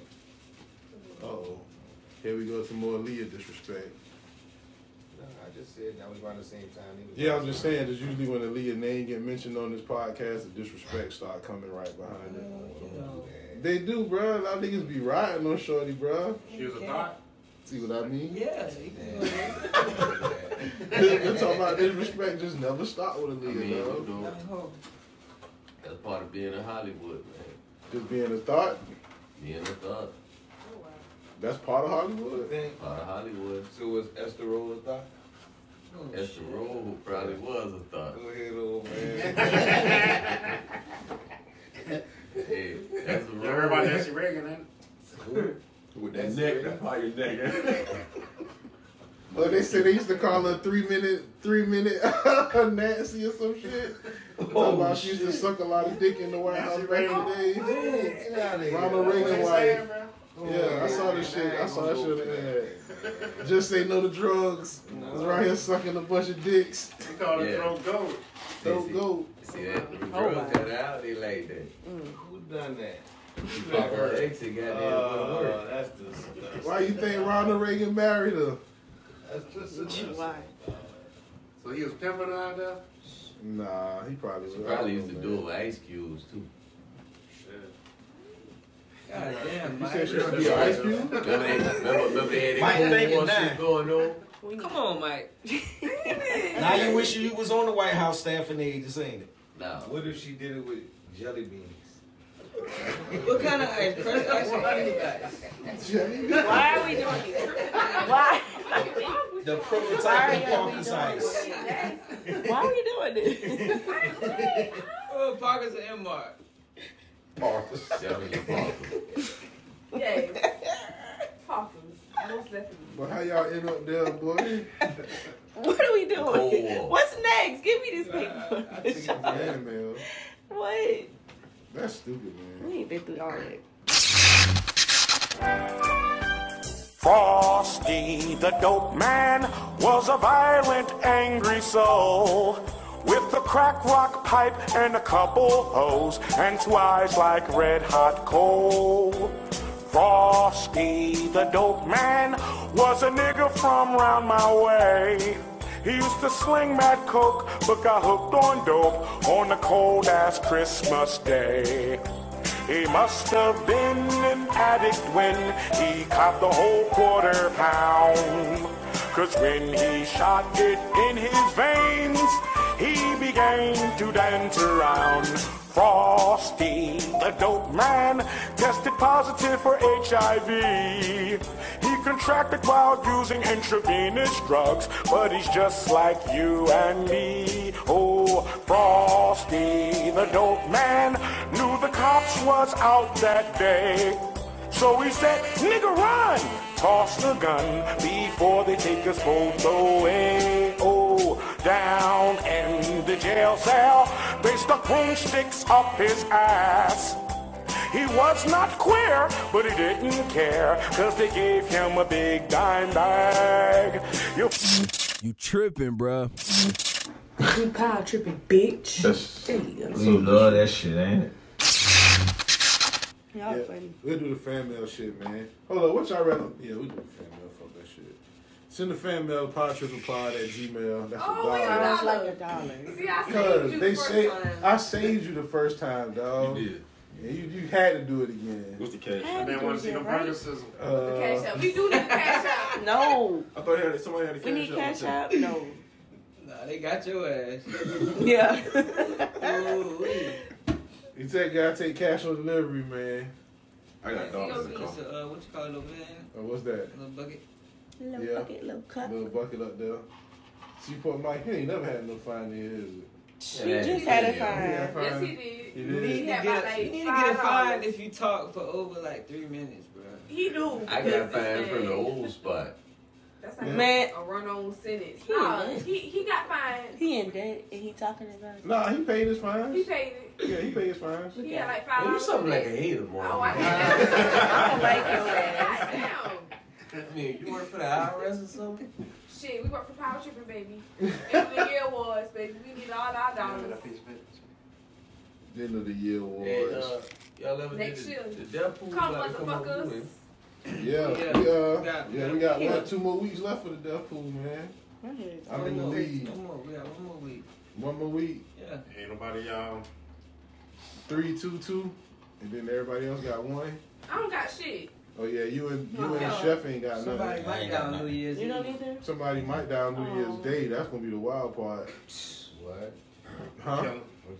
Uh oh. Here we go with some more Leah disrespect. No, I just said that was about the same time. It was Yeah, I'm just saying. It's usually when the Leah name get mentioned on this podcast, the disrespect start coming right behind it. They do, bro. A lot of niggas be riding on Shorty, bro. She was a thought. See what I mean? Yeah. They're talking about disrespect just never stop with a I mean, Leah, you though. know, that's part of being in Hollywood, man. Just being a thought. Being a thug. That's part of Hollywood. Part of Hollywood. So was Esther Roll a thought? Esther Roll probably was a thought. Go ahead, old man. hey, that's a Yeah, everybody roll. Nancy Reagan, ain't With that neck, that part of your neck. Oh, they said they used to call her three minute, three minute Nancy or some shit. Oh, about she used to suck a lot of dick in the White House back in the day. Get out of here. Ronald That's Reagan what they saying, wife. Yeah, I saw this shit. I saw that shit. on the ad. Just say no to drugs. Was around here sucking a bunch of dicks. They call it Yeah. throw goat. Throw goat. See that? Them Oh, girls got out, they like that. Who done that? Who done her? Exit got that little Uh, word. that's disgusting. Why you think Ronald Reagan married her? That's disgusting. Why? So he was pimping her out there. Nah, he probably was. She probably used to man. do it with ice cubes too. God damn, You Mike. said she used to be an ice cube? Remember they, remember, remember they had Mike that thinking cool that. shit going on? Come on, Mike. Now you wish you was on the White House staff and they just ain't it. No. What if she did it with jelly beans? What kind of ice crust ice cream you got? Why are we doing this? Why? The Why prototype of are we Parker's ice. doing this? Why are we doing this? Oh, Parker's an M mark. Parkers. Definitely Parkers. Yes. Poppers. Most definitely. But how y'all end up there, boy? What are we doing? Cold. What's next? Give me this paper. Man, man. What? That's stupid, man. We ain't been through all that. Frosty the Dope Man was a violent, angry soul with a crack rock pipe and a couple hoes and two eyes like red hot coal. Frosty the Dope Man was a nigga from round my way. He used to sling mad coke, but got hooked on dope on a cold ass Christmas day. He must have been an addict when he copped the whole quarter pound. Cause when he shot it in his veins, he began to dance around. Frosty, the dope man, tested positive for HIV. He contracted while using intravenous drugs, but he's just like you and me. Oh, Frosty, the dope man, knew the cops was out that day. So he said, nigga, run! Toss the gun before they take us both away. Oh, down in the jail cell, they stuck broomsticks up his ass. He was not queer, but he didn't care, cause they gave him a big dime bag. You You tripping, bruh. You power tripping, bitch. You love that shit, ain't it? Yeah, We'll do the fan mail shit, man. Hold on, what y'all rather? Yeah, we do the fan mail. Fuck that shit. Send the fan mail, podtripplepod at gmail. That's Oh, a wait, dollar. Sounds like a dollar. See, I saved Cause you they the first say uh, time. I saved you the first time, dog. You did. Yeah, you, you had to do it again. What's the cash? I didn't want to see them burger sizzle. Uh, Cash App. We do need cash out. No. I thought had, somebody had a We need cash app? No. Nah, they got your ass. Yeah. You take gotta take cash on delivery, man. I got It's a, uh, what you call it, little man? Oh, what's that? Little bucket. Little Yeah. bucket, little cup. Little bucket up there. See, poor Mike, he ain't never had no fine year, is it? She Yeah, just had a yeah. fine. fine. Yes, he did. He You did. need, He to had get about a, you need to $85. get a fine if you talk for over like three minutes, bro. He do. I got because fined this from the man- old spot. That's like Man. a run-on sentence. He No, did. he, he got fined. He in debt and he talking about it. Nah, he paid his fines. He paid it. Yeah, he paid his fines. He had like Hey, five. you something like a hater, boy. Oh, I don't like your ass. I mean, you work for the IRS or something? Shit, we work for Power Tripping, baby. End of the year awards, baby. We need all our dollars. End of the year awards. Hey, uh, y'all ever Next did year. the, the Deadpool? Come, about to up motherfuckers. with? Yeah, Yeah, we, uh, we got- yeah, we got yeah. one, two more weeks left for the death pool, man. I'm in the lead. One more, we got one more week. One more week. Yeah. Ain't nobody um, y'all. Three, two, two, and then everybody else got one. I don't got shit. Oh yeah, you and you Oh, and yeah. Chef ain't got Somebody nothing. might die on New Year's You don't either? Somebody might die on New Year's Oh. Day. That's gonna be the wild part. What? Huh? What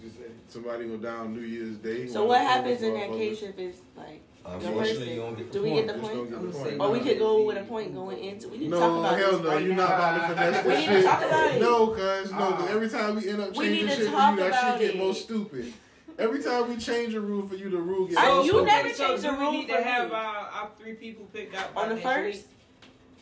you say? Somebody gonna die on New Year's Day. So One what of those happens in that motherfuckers. case if it's like the Unfortunately, person? you don't get the Do we get point. the Just don't point? get the point. Or we could go with a point going into. We didn't No, talk about hell this no, right you're now. not about to finesse We this need shit. to talk about it. Uh, No, cuz no, 'cause every time we end up We need changing to shit for talk you, that about shit get it. more stupid. Every time we change a rule for you, the rule gets So- more so- stupid. so do we need to have our, our three people picked out by On the next first?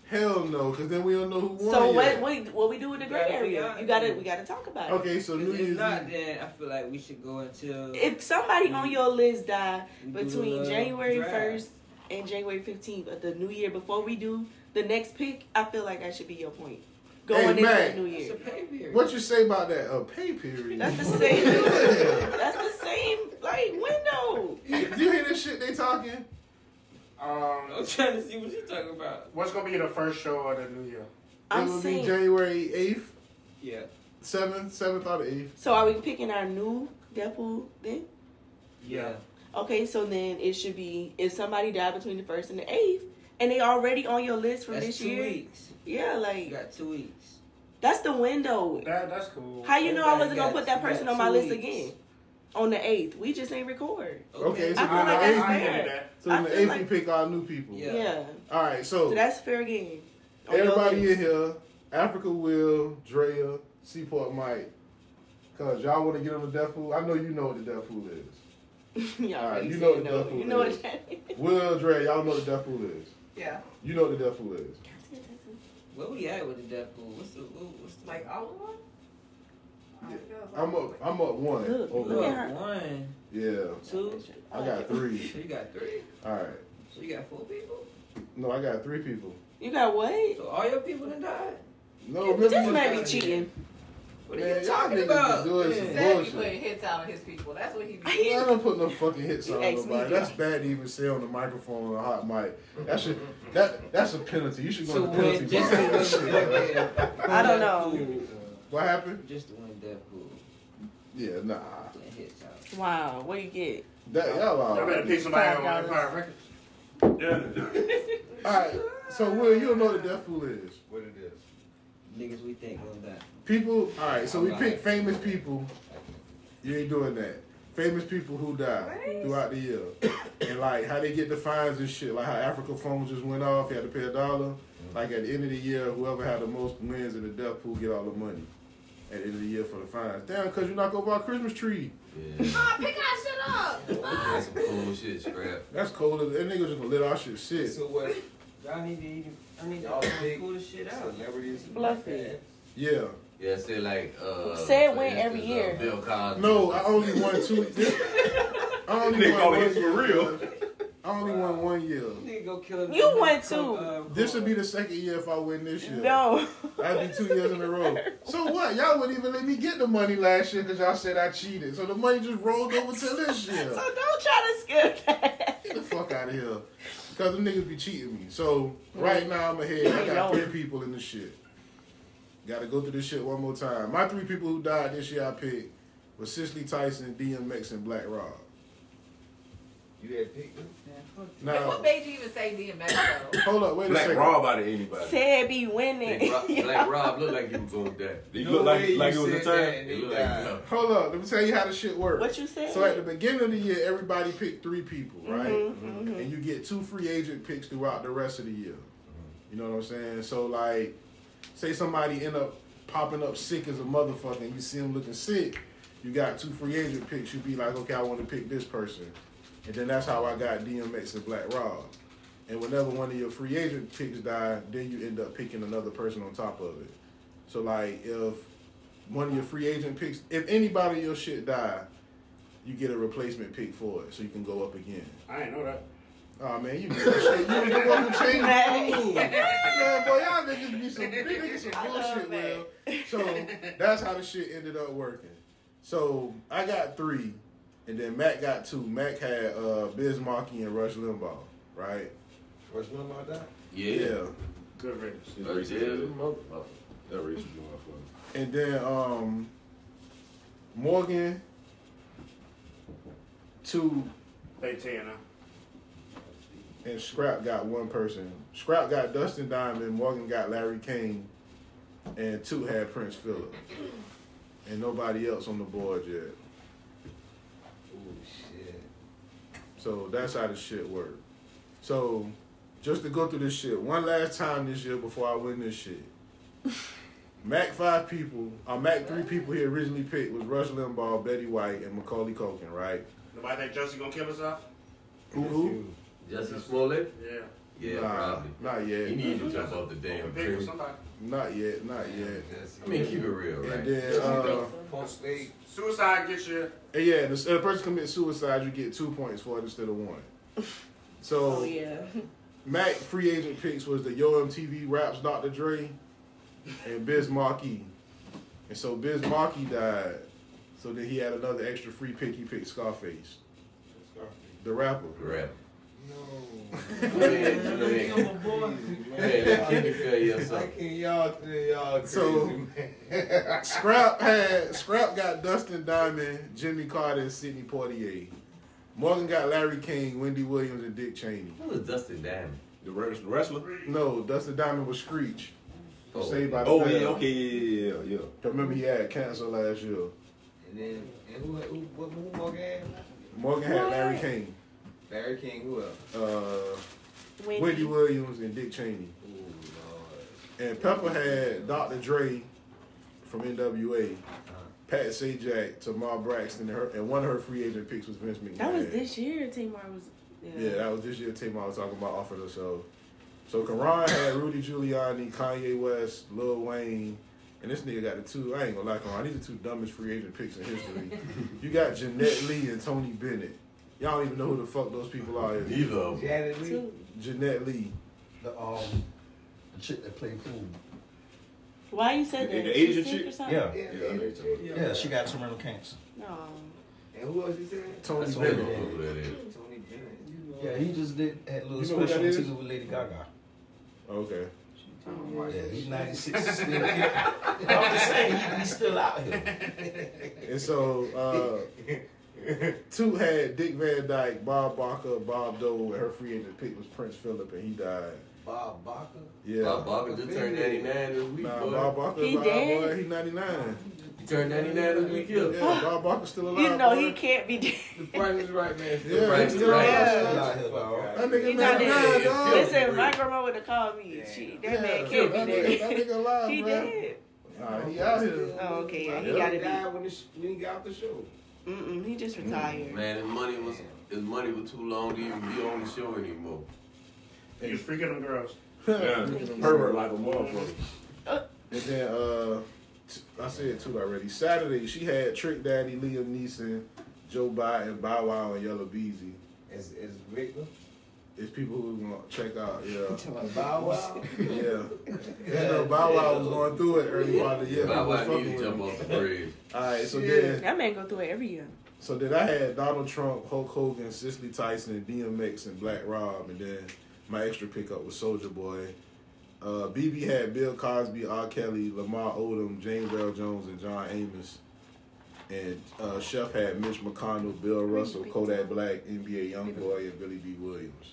Hell no, because then we don't know who won. So yet. what? What, what we do in the gray gotta be area? honest. You gotta. We gotta talk about it. Okay, so New If Year's not, then I feel like we should go until If somebody on your list die We do between a January draft. first and January fifteenth of the new year, before we do the next pick, I feel like that should be your point. Going Hey, into Mac. the new year. What you say about that? A pay period. That's the same. that's the same like window. Do you hear this shit they talking? Um, I'm trying to see what you talking about. What's gonna be the first show of the new year? it will be January eighth, Yeah. seventh, seventh or the eighth. So are we picking our new Deadpool then? Yeah. Okay, so then it should be if somebody died between the first and the eighth, and they already on your list for That's this two year. weeks. Yeah, like You got two weeks. That's the window. That, that's cool. How you know I wasn't gonna Everybody got- put that person got on my two list weeks. again? On the eighth, we just ain't record. Okay, so I feel then like the that's eighth, fair. so then I the feel eighth we like- pick our new people. yeah. All right, so, So that's fair game. On your everybody list. in here, Africa Will, Drea, Seaport Mike, cause y'all want to get on the death pool. I know you know what the death pool is. Y'all All right, already you said know what the no. death pool You know is. what that is. Will, Drea, y'all know what the death pool is. Yeah. You know what the death pool is. Where we at with the death pool? What's the what, what's the Like all of them? I'm up. I'm up one. Look, over look you. at her. One. Yeah. two? I got three. So you got three? All right. So you got four people? No, I got three people. You got what? So all your people done died? No, This remember- might be cheating. What Man, are you y'all talking niggas about? be doing some Said he bullshit. putting hits out on his people. That's what he be I doing. don't put no fucking hits You on asked me, nobody. did That's bad to even say on the microphone on a hot mic. That should that that's a penalty. You should go to the penalty box. I don't know. What happened? Just the one death pool. Yeah, nah. Putting hits out. Wow, what do you get? That y'all Y'all better all pick somebody Five on dollars. Empire Records. Alright, so Will, you don't know what the death pool is. What it is? Niggas we think gonna die. People alright, so we Alright. pick famous people. You ain't doing that. Famous people who die throughout the year. and like how they get the fines and shit, like how Africa phones just went off, you had to pay a dollar. Like at the end of the year, whoever had the most wins in the death pool get all the money. At the end of the year for the fines. Damn, cause you knock over our Christmas tree. Mom, pick our shit up. That's some cool shit, scrap. That's cold. That nigga just gonna let our shit sit. So what? Y'all need to even I need Y'all y'all pick to cool the shit out. Celebrities. Fluffy. Yeah. Yeah, say like uh. Said for when every instance, uh, year. Bill Cosby. No, I only won two. I only Nigga won call one it year. for real. I only won one year. Nigga uh, go kill him. You won too. This would be the second year if I win this year. No. I'd be two years in a row. So what? Y'all wouldn't even let me get the money last year because y'all said I cheated. So the money just rolled over to this year. So don't try to skip that. Get the fuck out of here. Because them niggas be cheating me. So right now I'm ahead. I got three people in this shit. Gotta go through this shit one more time. My three people who died this year I picked was Cicely Tyson, DMX, and Black Rob. You had picked them? But Now, What made you even say DMX though? hold up, wait Black a second. Rob out of anybody. Ted be winning. Black Rob, Black Rob looked like he was going dead. He looked like- he like it was a turn? He looked like no. Hold up, let me tell you how the shit works. What you said? So at the beginning of the year, everybody picked three people, right? Mhm, mhm. And you get two free agent picks throughout the rest of the year. You know what I'm saying? So like, say somebody end up popping up sick as a motherfucker, and you see him looking sick. You got two free agent picks. You be like, okay, I want to pick this person, and then that's how I got DMX and Black Rob. And whenever one of your free agent picks die, then you end up picking another person on top of it. So like, if one of your free agent picks, if anybody of your shit die, you get a replacement pick for it, so you can go up again. I ain't know that. Oh man, you know that shit. You was the one who changed Right. the rules. Man, boy, y'all niggas be some niggas some I love bullshit, man. that. So that's how the shit ended up working. So I got three, and then Mac got two. Mac had uh, Biz Markie and Rush Limbaugh, right? What's one about that? Yeah. Good riddance. She's racist. That racist And then um, Morgan two They ten now. and Scrap got one person. Scrap got Dustin Diamond. Morgan got Larry Kane, and two had Prince Philip, and nobody else on the board yet. Oh shit. So that's how the shit work. So just to go through this shit one last time this year before I win this shit. Mac five people, or Mac three people he originally picked was Rush Limbaugh, Betty White, and Macaulay Culkin, right? Nobody think Justin gonna kill himself? Who? who? Justin Smollett? Yeah. Yeah, Nah, probably. Not yet. He needs to jump off the damn Pick with tree. somebody. Not yet. Not yet. I mean, keep it real, right? And then, uh, Suicide gets you. and yeah, the, the person commits suicide, you get two points for it instead of one. So Oh, Mac free agent picks was the Yo MTV Raps Dr. Dre and Biz Markie. And so Biz Markie died. So then he had another extra free pick. He picked Scarface. The rapper. The rapper. y'all y'all So Scrap had Scrap got Dustin Diamond, Jimmy Carter, and Sidney Poitier. Morgan got Larry King, Wendy Williams, and Dick Cheney. Who was Dustin Diamond? The wrestler? No, Dustin Diamond was Screech. from Saved by the Oh, Bell. yeah, okay, yeah, yeah, yeah, yeah. Remember he had cancer last year. And then and who who what who Morgan? had? Morgan had Larry King, Larry King, who else? uh, Wendy. Williams, and Dick Cheney. And Pepper had Dr. Dre from NWA, Uh-huh. Pat Sajak, Tamar Braxton, and, her, and one of her free agent picks was Vince McMahon. That was this year. Tamar was. Yeah, that was this year. Tamar was talking about offered herself. So Karan had Rudy Giuliani, Kanye West, Lil Wayne, and this nigga got the two. I ain't gonna lie, Karan. These are two dumbest free agent picks in history. you got Jeanette Lee and Tony Bennett. Y'all don't even know who the fuck those people are. Neither of them. Janet Lee. Jeanette Lee. The um, the chick that played pool. Why you said that? The She Asian sick chick? or something? Yeah. Yeah, Yeah, Asian chick. Yeah, she got terminal cancer. No. And who else you said? Tony That's Bennett. who that is. Tony Bennett. Yeah, he just did had a little You know who special that is? teaser with Lady Gaga. Okay. Yeah, he's 96 and still kicking. I'm just saying, he- he's still out here. And so uh, two had Dick Van Dyke, Bob Barker, Bob Dole, and her free agent pick was Prince Philip, and he died. Bob Barker. Yeah, Bob Barker just turned 99 this week, Nah, boy. Bob Barker, He alive, dead? boy. He ninety nine. He turned 99 this week, yeah. Yeah, Bob Barker's still alive. You know boy. he can't be dead. Price is right, man. Yeah, Price he's is still right. alive. That nigga He not ninety dead. nine, dog. Listen, my grandma would have called me. She, that man can't that be nigga- dead. that nigga alive, he man. dead. Nah, he out here. Oh, okay, yeah, he Yeah. got to died be. when, the sh- when he got off the show. Mm-mm, he just Mm. Mm-hmm. retired. Man, his money was his money was too long to even be on the show anymore. You was freaking them girls. Herbert like a motherfucker. And then uh, t- I said two already. Saturday she had Trick Daddy, Liam Neeson, Joe Biden, Bow Wow, and Yellow Beezy. As as Victor. It's people who gonna check out. Yeah. Bow Wow. Yeah. You know, Bow Wow was going through it early part of the year. Bow People Wow fucking needs to with jump him. off the bridge. All right, so then That man go through it every year. So then I had Donald Trump, Hulk Hogan, Cicely Tyson, DMX, and Black Rob, and then my extra pickup was Soldier Boy. Uh, BB had Bill Cosby, R. Kelly, Lamar Odom, James Earl Jones, and John Amos. And uh, Chef had Mitch McConnell, Bill Russell, Kodak Black, NBA YoungBoy, and Billy B. Williams.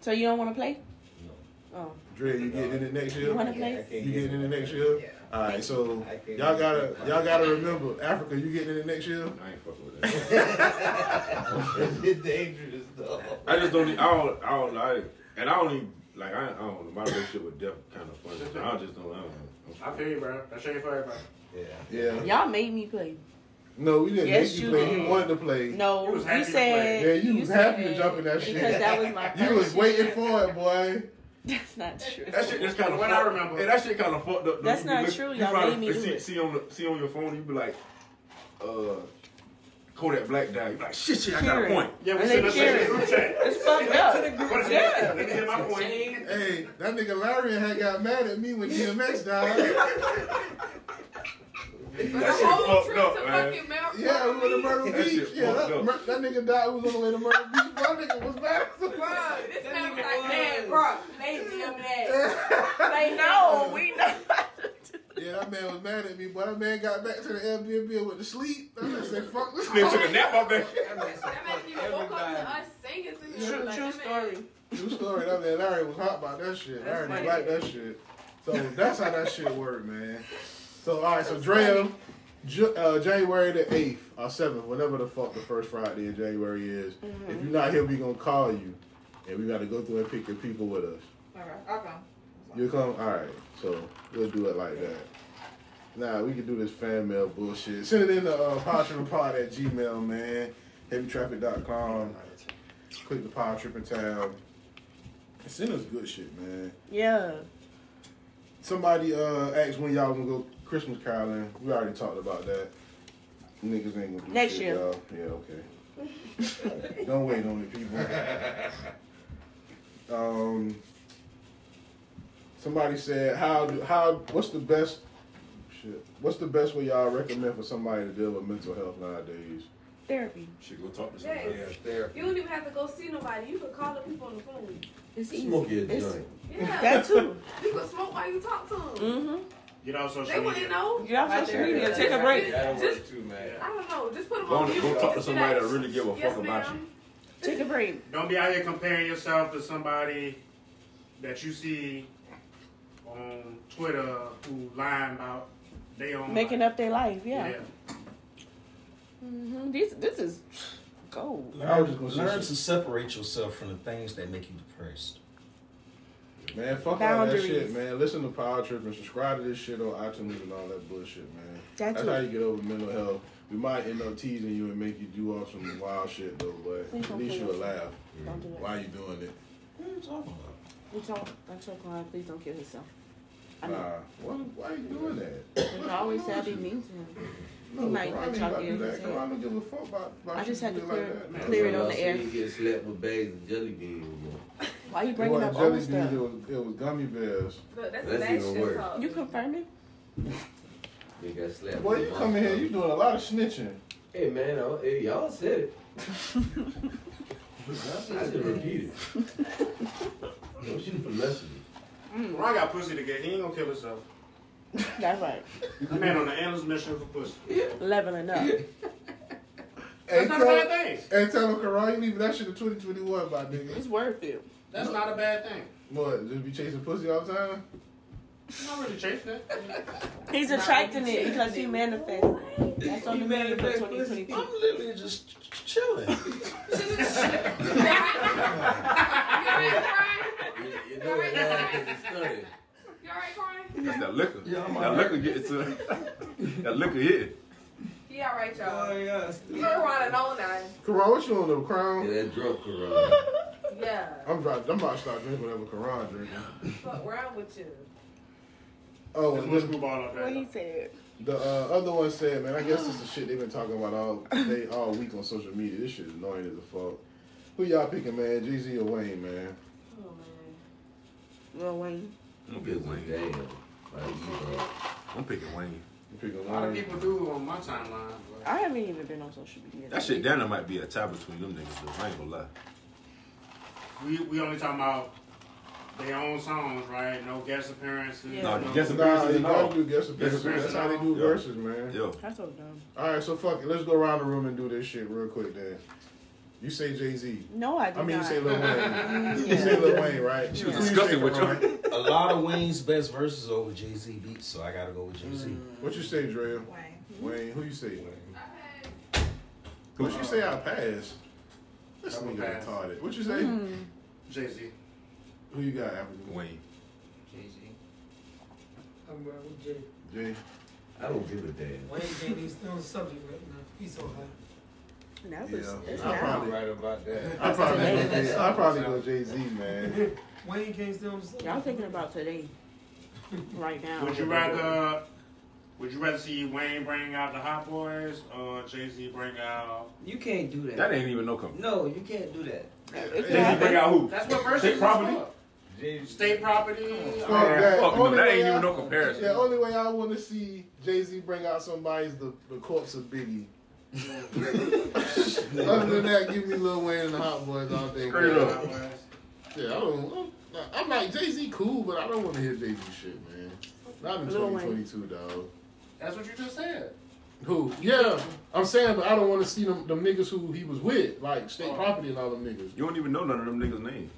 So you don't want to play? No. Oh. Dre, you getting in it next year? You wanna play? Yeah, I You getting in it next year? All right, so y'all gotta y'all gotta remember, Africa, you getting in it next year? I ain't fucking with that. It's dangerous though. I just don't. I don't. I don't like. And I only like. I, I don't. know, My relationship with death kind of funny. I just don't. I, don't, I feel you, bro. That shit ain't for everybody. Yeah. Yeah. Oh, Y'all made me play. No, we didn't Yes, make you, you play. did. You wanted to play. No, You was you happy to play. said- Yeah, you, you was happy to said- jump in that shit. because that was my You was first waiting for it, boy. That's not true. That shit just kind of. What I remember. Yeah, that shit kind of fucked up. though. That's You not look- true. you Y'all probably- made me do see, it. see on the see on your phone. You be like, uh, Kodak Black died. You be like, shit, shit. I got a Cheering. point. Yeah, we said that shit in the group chat. It's fucked up. Yeah. Let me hit my point. Hey, that nigga Larry had got mad at me when DMX died. That shit fucked up, man. Yeah, we went to Myrtle That Beach. shit Yeah, fucked that, up. Myr- that nigga died. We was on the way to Myrtle Beach. My nigga was back. This man was like, man, bro, they damn that. They know. We know. Yeah, that man was mad at me, but that man got back to the Airbnb and went to sleep. That man said, fuck this. Nigga took a nap out there. That man even woke up to uh, us singing to me. True, Like, true that man- story. True story. That man Larry was hot about that shit. That's Larry didn't funny. like that shit. So that's how that shit worked, man. So all right, so Drea, Ju- uh, January the eighth or seventh, whatever the fuck the first Friday in January is. Mm-hmm. If you're not here, we gonna call you, and we gotta go through and pick your people with us. All right, I'll come. You come, all right. So we'll do it like that. Nah, we can do this fan mail bullshit. Send it in to uh, pod at gmail, man. Heavytraffic.com. Click the power tripping tab. And Send us good shit, man. Yeah. Somebody uh, asked when y'all gonna go Christmas caroling. We already talked about that. Niggas ain't gonna do Next shit, year. Y'all. Yeah, okay. Don't wait on it, people. Um, somebody said, "How do how? What's the best? Shit. What's the best way y'all recommend for somebody to deal with mental health nowadays? Therapy. She go talk to Yes. somebody. therapy. You don't even have to go see nobody. You can call the people on the phone. It's Smoke your It's- joint. Yeah. That too. You can smoke while you talk to them. Mm-hmm. Get off social They media. wouldn't know. Get off social media. Take a break. That'll work Just, too, man. I don't know. Just put them Go, on on, mute. go talk to Just be somebody like, that really give a yes, fuck about ma'am. you. Take a break. Don't be out here comparing yourself to somebody that you see on Twitter who lying about they own Making life. up their life. Yeah. Yeah. hmm This this is gold. Learn, learn to separate yourself from the things that make you depressed. Man, fuck all that Boundaries. shit, man. Listen to Power Trip and subscribe to this shit on iTunes and all that bullshit, man. That That's too. how you get over mental health. We might end up teasing you and make you do off some wild shit though, but Please at don't least do you'll that. laugh Don't do that. while you doing it. What are you talking about? We don't. That's your client. Please don't kill yourself. I know. Nah, why, why are you doing that? But I always say I be mean to him. No, he might Karan let ain't y'all about get in to do his that. Karan head. don't give a fuck about, about I you just had to being like clear- that, man. clear it on the air. You get slapped with bags and jelly beans. bro. Why you It bringing wasn't up jelly old beans, stuff? it was, it was gummy bears. Look, that's, That's bad even shit worse. talk. You confirming? They got slapped. Boy, with you come in here, you doing a lot of snitching. Hey man, oh, hey, y'all said it. I just repeat it. Don't shoot for messages. Ron got pussy to get. He ain't gonna kill himself. That's right. That man on the endless mission for pussy. Leveling up. Hey, That's not a tell- bad thing. Hey, tell him, Karan, you leaving that shit in 2021, my nigga. It's worth it. That's not a bad thing. What, just be chasing pussy all the time? I'm not really chasing that. He's attracting it because he manifested. That's on the menu for 2022. I'm literally just ch- chilling. You know what that started. You alright, Brian? That's that liquor. Yeah, I'm that alright. liquor get it to that liquor hit. He alright, y'all. Oh, yeah. You don't want to know nothing. Karan, what you on the crown? Yeah, that drunk Corona. Yeah. I'm, dri- I'm about to start drinking whatever Karan drinking. Fuck around with you. Oh, Let's and let's the, move on off What he that. said. the uh, other one said, man, I guess this is the shit they've been talking about all day, all week on social media. This shit is annoying as a fuck. Who y'all picking, man? Jeezy or Wayne, man? Oh, man. Lil Wayne. I'm Because picking damn, like Wayne. you, bro. I'm picking Wayne. You picking A lot of Wayne? people do on my timeline. but- I haven't even been on social media. That shit down there might be a tie between them niggas. Though. I ain't gonna lie. We we only talking about their own songs, right? No guest appearances. Yeah. Nah, no- guest Nah, appearances they and gotta all. do guest appearances. appearances That's how they do and all. verses, man. Yo, That's so dumb. All right, so fuck it. Let's go around the room and do this shit real quick, then. You say Jay Z. No, I did I mean, you not. say Lil Wayne. You Yeah. say Lil Wayne, right? She was Who you disgusted say, with you. Karan? A lot of Wayne's best verses are with Jay Z beats, so I gotta go with Jay Z. Mm. What you say, Drea? Wayne. Wayne, who you say? Okay. What you say? I pass. This I'm a nigga pass. retarded. What you say? Hmm. Jay Z. Who you got? African Wayne. I'm right with Jay. Jay. I don't give a damn. Wayne Jay, he's still on the subject right now. He's so high. That was, Yeah, that's I now. probably, Right about that. I probably, I probably go Jay Z, man. Wayne King still on the subject. Y'all thinking about today. Right now. Would you rather? Would you rather see Wayne bring out the Hot Boys or Jay Z bring out? You can't do that. That ain't even no company. No, you can't do that. If Jay Z bring out who? That's what versus They probably- is for. State property. Fuck Man, that. fuck Only no, that way ain't I- even no comparison. Yeah, only way I want to see Jay Z bring out somebody's the, the corpse of Biggie. Other than that, give me Lil Wayne and the Hot Boys all day. Straight man. up. Yeah, I don't. I'm, I'm like Jay Z cool, but I don't want to hear Jay Z shit, man. Not in Lil Wayne. 2022, dog. That's what you just said. Who? Yeah, I'm saying, but I don't want to see them, them niggas who he was with, like state property and all them niggas. You don't even know none of them niggas' names.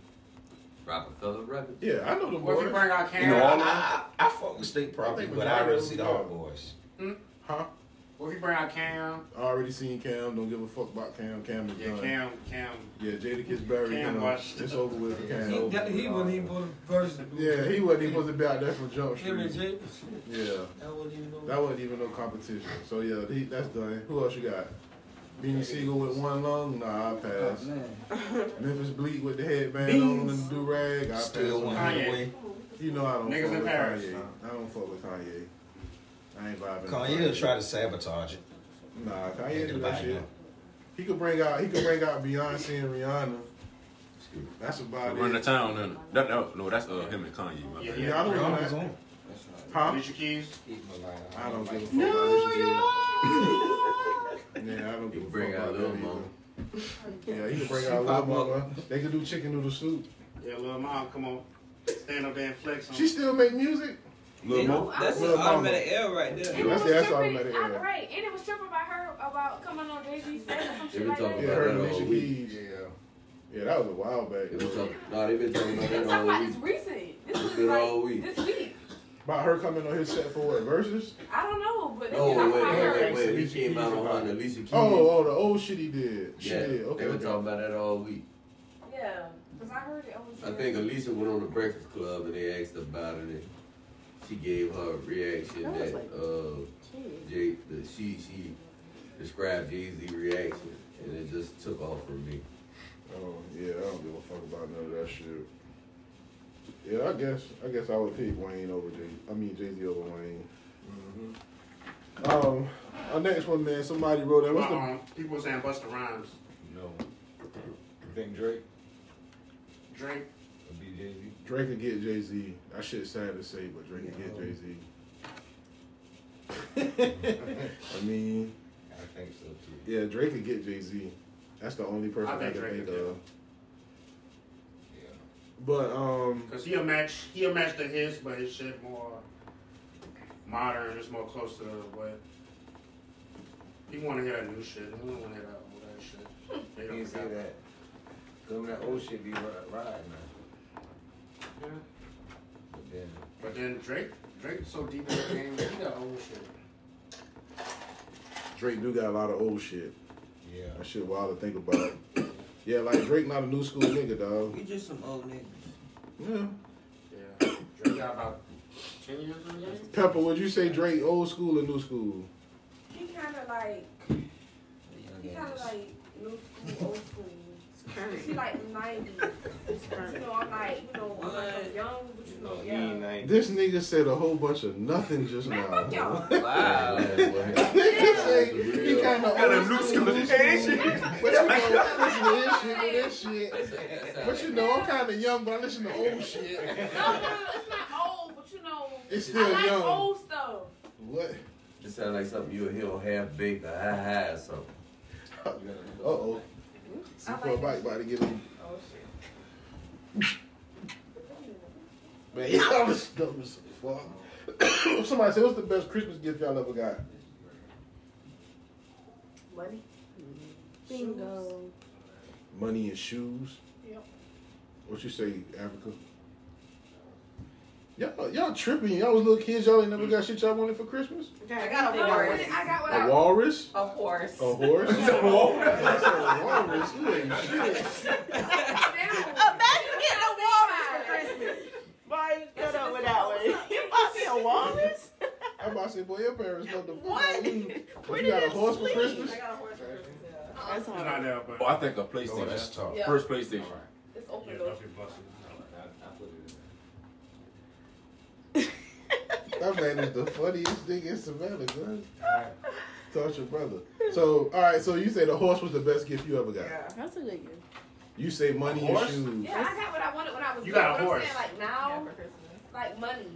Rockefeller Records. Yeah, I know them What if you boys. bring out You know, all Karen? I, I, I fuck with state property, think hmm? but I Madonna really was see the good. hard boys. Huh? What if you bring out Cam? I already seen Cam. Don't give a fuck about Cam. Cam is Yeah, done. Cam, Cam. Yeah, Jada gets buried. Cam you know, watched. It's over with for Cam. He, got, he wasn't even supposed to verse. yeah, he wasn't even supposed to be out there from Jump Him and Street. Jay. Yeah, That wasn't even no. that wasn't even no competition. So yeah, he, that's done. Who else you got? Beanie Siegel with one lung? Nah, I pass. Oh, Memphis Bleak with the headband on and the do rag? I Still pass. one on hit that. away. You know I don't Niggas fuck in with Paris. Kanye. I don't fuck with Kanye. I ain't vibing. with Kanye will try to sabotage it. Nah, Make Kanye it do that about shit. him. He could bring out he could bring out Beyonce and Rihanna. That's about Run the it. town, then. That, no, no, that's uh, him and Kanye. My Yeah, bad. I don't know that. Huh? Alicia Keys. I don't give a fuck about Richard Gere. Yeah, I don't give a fuck Bring out about Lil that Mama. either. Yeah, he could bring out Lil Mama. They could do chicken noodle soup. Yeah, little mom, come on. Stand up there and flex on. She still make music? Lil Mo? That's Lil an Mama. automatic L right there. Yeah, that's It was that's tripping- automatic I- error. Right, and it was tripping about her about coming on Jay Z's set or some They shit been like talking that. Yeah, about her that and all Alicia week. Keys. Yeah, yeah, that was a while back. They been talking. Nah, they been talking about that Talking all about week. this recent. This It's was been like all week. this week. About her coming on his set for what verses? I don't know, but they No, were Oh, wait, talking about wait, her. wait, wait. He came out on one Alicia Keys. Oh, oh, the old shit he did. yeah. Shit, okay. They been okay. talking about that all week. Yeah, because I heard it. was I think Alicia went on the Breakfast Club and they asked about it. And she gave her reaction That was that like- uh, Jay, the, she she described Jay Z reaction, and it just took off from me. Oh yeah, I don't give a fuck about none of that shit. Yeah, I guess I guess I would pick Wayne over Jay. I mean Jay Z over Wayne. Mm-hmm. Um, our next one, man. Somebody wrote that. What's the Uh-uh. People saying Busta Rhymes. No. You think Drake Drake. would be Jay Z? Drake could get Jay Z? That shit sad to say, but Drake could get Jay Z. I mean, I think so too. yeah, Drake could get Jay Z. That's the only person I I, think can Drake think could of. do But um, Cause he'll match he'll match the his, but his shit more modern. It's more close to what people want to hear that new shit. They don't want to hear that old ass shit. They You don't can't say forget that. Some of that old shit be ri- riding now. Yeah. But then, But then Drake Drake's so deep in the game, he got old shit. Drake do got a lot of old shit. Yeah. That shit wild to think about. yeah, like Drake not a new school nigga, dog. We just some old niggas. Yeah. Yeah. Drake got about ten years in the game. Pepper, would you say Drake old school or new school? He kind of like he kind of like new school, old school. He like ninety. You know, I'm like you know I'm like I'm young, but you know yeah. This nigga said a whole bunch of nothing just Man, now. fuck y'all. Wow. Nigga say he kind of Got a old new school. school. new school. But you know, I listen to his shit with this shit. But you know, I'm kind of young, but I listen to old shit. No, no, no, it's not old, but you know It's still I like young. old stuff. What? It sounded like something you'll hear on half baked or high high or something. Uh oh. See for a bike about to get him. Oh shit. Man, y'all was dumb as fuck. Somebody said, "What's the best Christmas gift y'all ever got?" Money. Bingo. Money and shoes. Yep. What you say, Africa? Y'all, y'all tripping. Y'all was little kids. Y'all ain't never got shit y'all wanted for Christmas. I got a No, I got horse. what I got what A I walrus, Oh, A horse. a horse. a walrus. a walrus. You ain't shit. Imagine getting a walrus for Christmas. Why you cut up with that one? You bought me a walrus? I'm about to say, boy, your parents love the fuck What? out of you. Where But you did got a that horse for sleep? Christmas? I got a horse for Christmas. That's It's not hard. that, but Oh, I think a PlayStation. Oh, that's tough. Yeah. First PlayStation. It's yeah, open though. don't be busting. That man is the funniest thing in Savannah, girl. Touch your brother. So, all right. So you say the horse was the best gift you ever got. That's a good gift. You say money A and horse? shoes. Yeah, I got what I wanted when I was You got a I'm horse. saying like now, like money.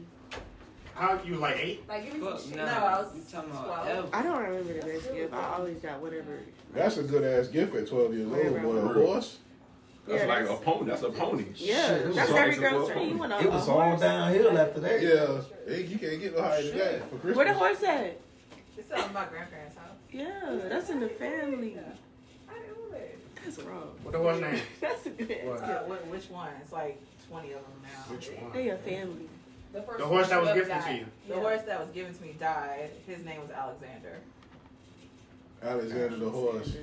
How you like eight? Like give me Fuck, some shit. no. I was You talking about 12. elf. I don't remember the best gift. I always got whatever. That's a good ass gift at 12 years old. Boy, a horse? That's Yeah, like that's- a pony. That's a pony. Yeah, Shit, it was that's always every a little girl's dream. You pony. want a- It was a all horse? downhill after that. Yeah, Hey, you can't get no higher than that for Christmas. Where the horse at? It's at my grandparents' house. Yeah, that's in the family. I do it. That's wrong. What the horse name? That's a good Uh, ass gift. wh- which one? It's like 20 of them now. Which one? They a family. The, first The horse that was one given died. to you. The horse that was given to me died. His name was Alexander. Alexander the horse.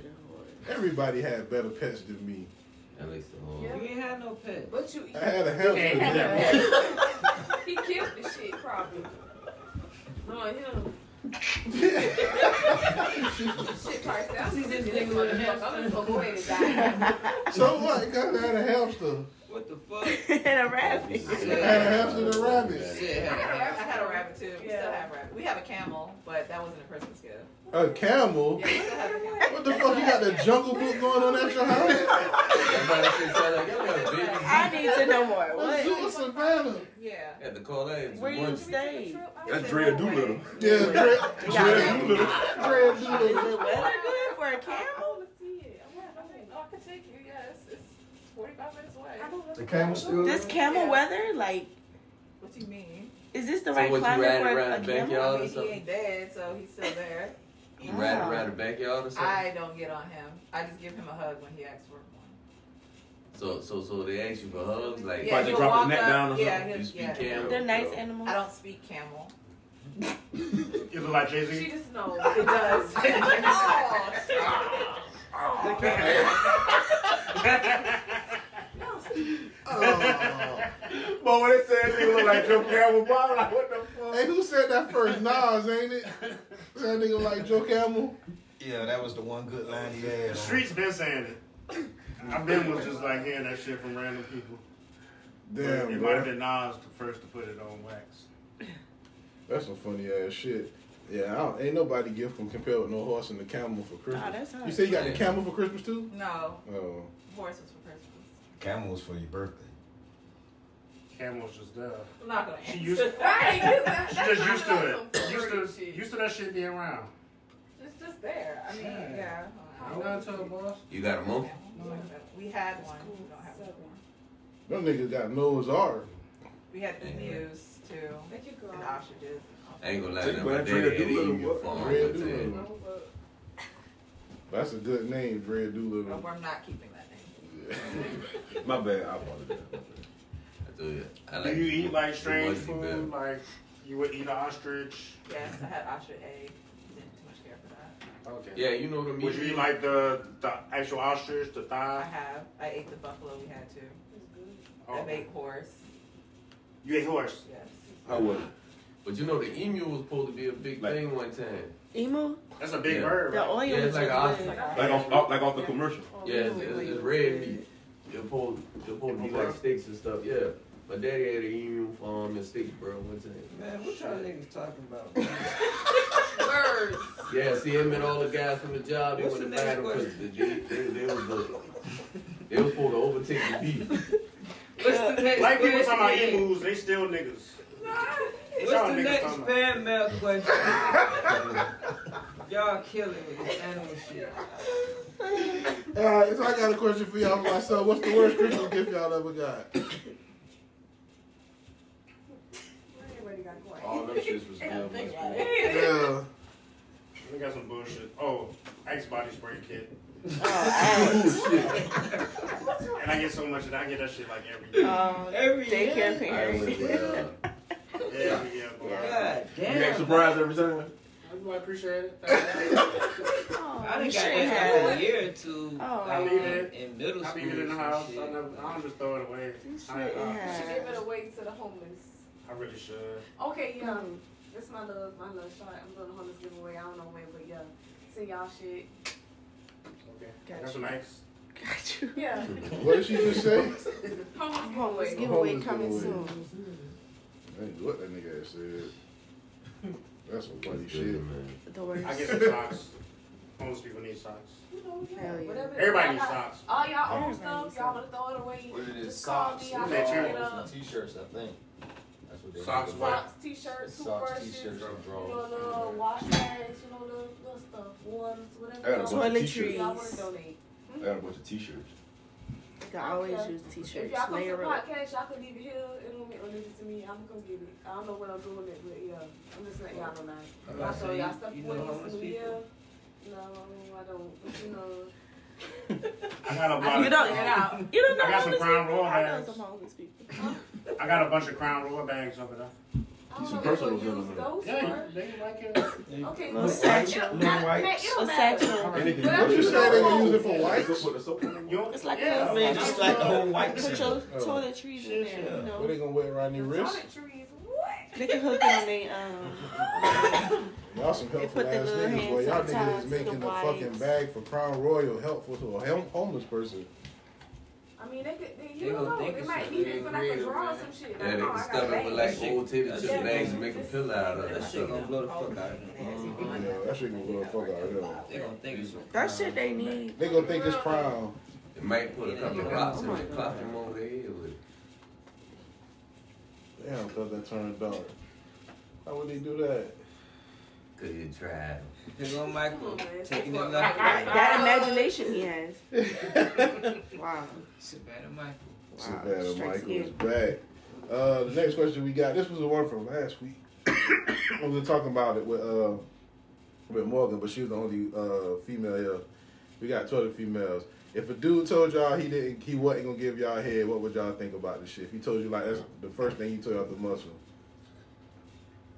Everybody had better pets than me. At least the whole. You ain't had no pet. But you, I had a hamster. he killed the shit probably. No, him. Shit, Carson. I'm just this nigga with a fuck. I'm gonna fuck away with that. so what? Cause I had a hamster. What the fuck? and a rabbit. I had a hamster and a rabbit. I Yeah. had a rabbit- I had a rabbit too. We still have rabbit. We have a camel, but that wasn't a Christmas gift. A camel. Yeah, we still have a camel. What the fuck? You got the jungle book going on at your house? Everybody should tell like, y'all got a baby. I need to know more. The What? zoo of Savannah. Yeah. Had to call that. It's Where you one- stayed? That's Drea Doolittle. Yeah, Dre, Dre Yeah. Doolittle. Dre Is Doolittle. the weather good for a camel? I can take you. Yes, it's 45 minutes away. The camel still. This camel weather, like, What do you mean? is this the So right what, you climate riding for a around the camel? backyard? I All mean, this he stuff. ain't dead, so he's still there. You riding around the backyard or something? I don't get on him. I just give him a hug when he asks for one. So, so, so they ask you for hugs, like Yeah, Probably he'll drop his walk neck up. down or yeah, something. he'll- you speak yeah. camel. They're nice animals. I don't speak camel. You look like Jay She Z. just knows. It does. oh, shit. But when it said they look like Joe Campbell, Bob, I'm like, what the fuck? Hey, who said that first? Nas, ain't it? That nigga like Joe Camel. Yeah, that was the one good line he had. The on. streets been saying it. I've been was just like hearing that shit from random people. Damn, it bro. might have been Nas the first to put it on wax. That's some funny ass shit. Yeah, I don't, ain't nobody gift can compare with no horse and the camel for Christmas. Nah, that's hot. you say you got the camel for Christmas too? No, Oh, horse was for Christmas. Camel was for your birthday. Camel's just there. I'm not gonna She answer. used- Right, that's- She that's just not used to about it. some Used to, shit. used to that shit being around. It's just there. I mean, Yeah. yeah. You know what I'm talking about? You got a monkey? We had one. We don't have one. them niggas got Noah's Ark. We had emus too, Thank you, girl. and ostriches. I ain't gonna lie, Take that my my Drea daddy had an Doolittle, emu what? farm. Drea one time. Doolittle. That's a good name, Dre Oh, Doolittle. I'm not keeping that name. My bad, I apologize. I told you, I Do like you eat like the strange monkey better. food? Like you would eat an ostrich? Yes, I had ostrich egg. Didn't too much care for that. Okay. Yeah, you know what I mean. Would you eat like the the actual ostrich, the I thigh? have. I ate the buffalo we had too. I Oh, ate horse. You ate horse. Yes. How was it? But you know the emu was supposed to be a big Like- thing one time. Emu, That's a big Yeah. bird. the right? oil Yeah, it's is like an good. ostrich. Like off, off, like off the commercial. Yeah, it's, it's, it's red meat. They're supposed, they're supposed to be like steaks and stuff. Yeah, my daddy had an emu farm and steaks, bro. One time. Man, what y'all niggas talking about? man? Birds. Yeah, see him and all the guys from the job, they What's went to the next buy them because they, they, they was the, they was supposed to overtake the beef. What's the next Like people talking about question? emus, they still niggas. Y'all What's the niggas next talking about- fan mail question? Y'all killing me with this animal shit. Alright, so I got a question for y'all myself. What's the worst Christmas gift y'all ever got? All them shits Oh, was good. Think must about be- it. Yeah. We got some bullshit. Oh, ice body spray kit. Oh, And I get so much of that. I get that shit like every year. Um, Every daycare year? I parents. remember, uh, every year, boy. God You act damn. surprised every time. I appreciate it. Thank you. Oh, I you done got should that for a have. year or two. Oh. like, I leave it. Um, in middle I school. leave it in the and house. shit. I never. I don't just throw it away. You I, uh, should I, have. She give it away to the homeless. I really should. Okay, yeah. Mm-hmm. That's my little, my little shot. I'm doing a homeless giveaway. I don't know when, but yeah. Send y'all shit. Okay. Gotcha. That's nice. Got you. Yeah. What did she just say? Homeless Homeless giveaway. Homeless giveaway coming giveaway. soon. I ain't what that nigga had said. That's some funny it's good, shit. man. The worst. I get some socks. homeless people need socks. You know, yeah, whatever. Everybody Y'all needs got- socks. All y'all own Everybody stuff, y'all wanna throw it away. What it is, just call socks, me, uh, I'll pick it up. t-shirts, I think. That's what they Socks, do. Socks, Socks, t-shirts, toothbrushes, you t-shirts, and know, drawers. little wash bags, you know, little, little stuff, ones, whatever. I got a y'all bunch of wanna- t-shirts. Y'all wanna donate. I got a bunch of t-shirts. You can always use If t-shirts. y'all come to Layer the up. podcast, y'all can leave it here. It don't make no difference to me. I'm gonna get it. I don't know what I'm doing it, but yeah, I'm just letting y'all know Uh, I'm now. about I to saw say, y'all stuff you for know you homeless to people? year. No, I don't. But you know, I got a lot You of- don't. You don't know. I got some homeless crown people? royal I know bags. some homeless people. I got a bunch of crown royal bags over there. I Some don't know if personals you in use them. those Yeah, for. They like it. Okay, Little but satchel, it don't little matter. white. It don't A matter. satchel. Anything. Well, What you you say they know- can use it for wipes? It's like Yeah, a I little just bag. like the whole white Put your shit. Oh. toiletries in there. You What they know, gonna wear around their wrist? Toiletries, what? they can hook it on they um. Y'all some helpful put the ass little niggas, boy. hand Y'all niggas sanitizer, is making the a fucking wipes. bag for Crown Royal helpful to a hom- homeless person. I mean, they could. They, They you gonna know, think they it's might something. need it for like a Yeah, draw or man. some shit. Yeah, they no, can I stuff got it with like bags. old titty chip Yeah. bags and make a pillow out of it. That shit gonna blow the fuck out of them. Yeah, that shit gonna blow the fuck out of them. They gonna think it's some That shit they need. They gonna think it's Crown. It might put a couple of rocks in Oh the my clock them over their head with it. Damn, cause that turned dark. How would they do that? Good try. Here go Michael, taking them That, left and right. that imagination he has. wow. Savannah Michael. Savannah strikes Michael again. is back. Uh, the next question we got, this was the one from last week. we were talking about it with uh, with Morgan, but she was the only uh, female here. We got 12 females. If a dude told y'all he didn't, he wasn't gonna give y'all head, what would y'all think about this shit? If he told you like that's the first thing he told y'all the muscle.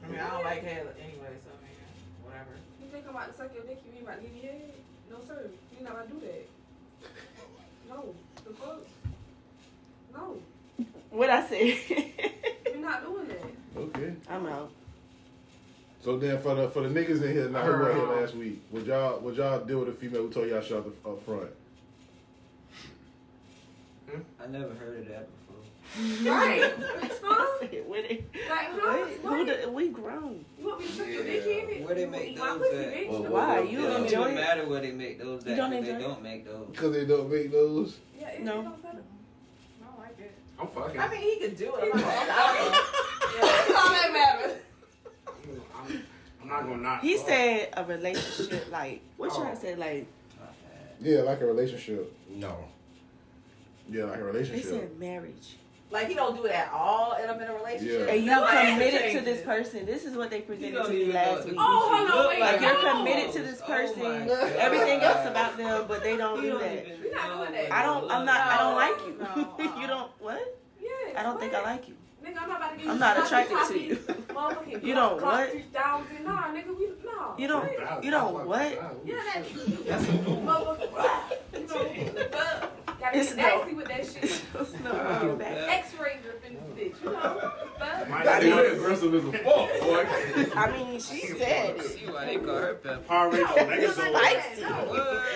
I mean, I don't like hair anyway, so I mean, whatever. You think I'm about to suck your dick? You mean about to give your head? No, sir. You not about to do that. No, the fuck. No, What I said. you're not doing that. Okay. I'm out. So then for the for the niggas in here now who were heard, here uh, last week, would y'all would y'all deal with a female who told y'all shut the f- up front? I never heard of that before. Right? Huh? I said, what it- Like, huh? what? Who What? the- we grown. You want me to suck your dick Yeah. in it? Where they You make eat my those pussy, at? bitch? Well, The Why? fuck? You it don't enjoy even it? matter where they make those You at. 'cause don't They enjoy it? don't make those. Because they don't make those. Yeah, it- No. it don't matter. I don't like it. I'm fucking. I mean, he could do it. I'm not That's all that matters. I'm, I'm not gonna knock. He Oh. said a relationship like what Oh. y'all said like Yeah, like a relationship. No. Yeah, like a they relationship. said marriage. like he don't do it at all, and I'm in a relationship. Yeah. And you Now, like, committed to changes. this person. This is what they You presented don't to me even know what last the week. Oh, Gucci hold on, look wait, like. Like you're no. committed to this Oh person. my God. Everything else about them, but they don't You do don't that. even We not know doing what that. I don't. I'm look not. I like. don't like No, you. no, uh-uh. you don't. What? Yes, I don't think I what? like you. Nigga, I'm not about to give I'm you not sloppy attracted to toppy you. motherfucking You don't clock what? 3000. Nah, nigga, we, nah. You don't. Right? You don't. What? Yeah, that, that's a new motherfucker. You know, fuck. Gotta It's get no. nasty with that shit. No. Oh, You're back. X-ray dripping bitch, you know. Fuck. That nigga aggressive as a fuck, boy. I mean, she said it. See why they call her pepper. Power Rangers It's Megazord. spicy. That Oh,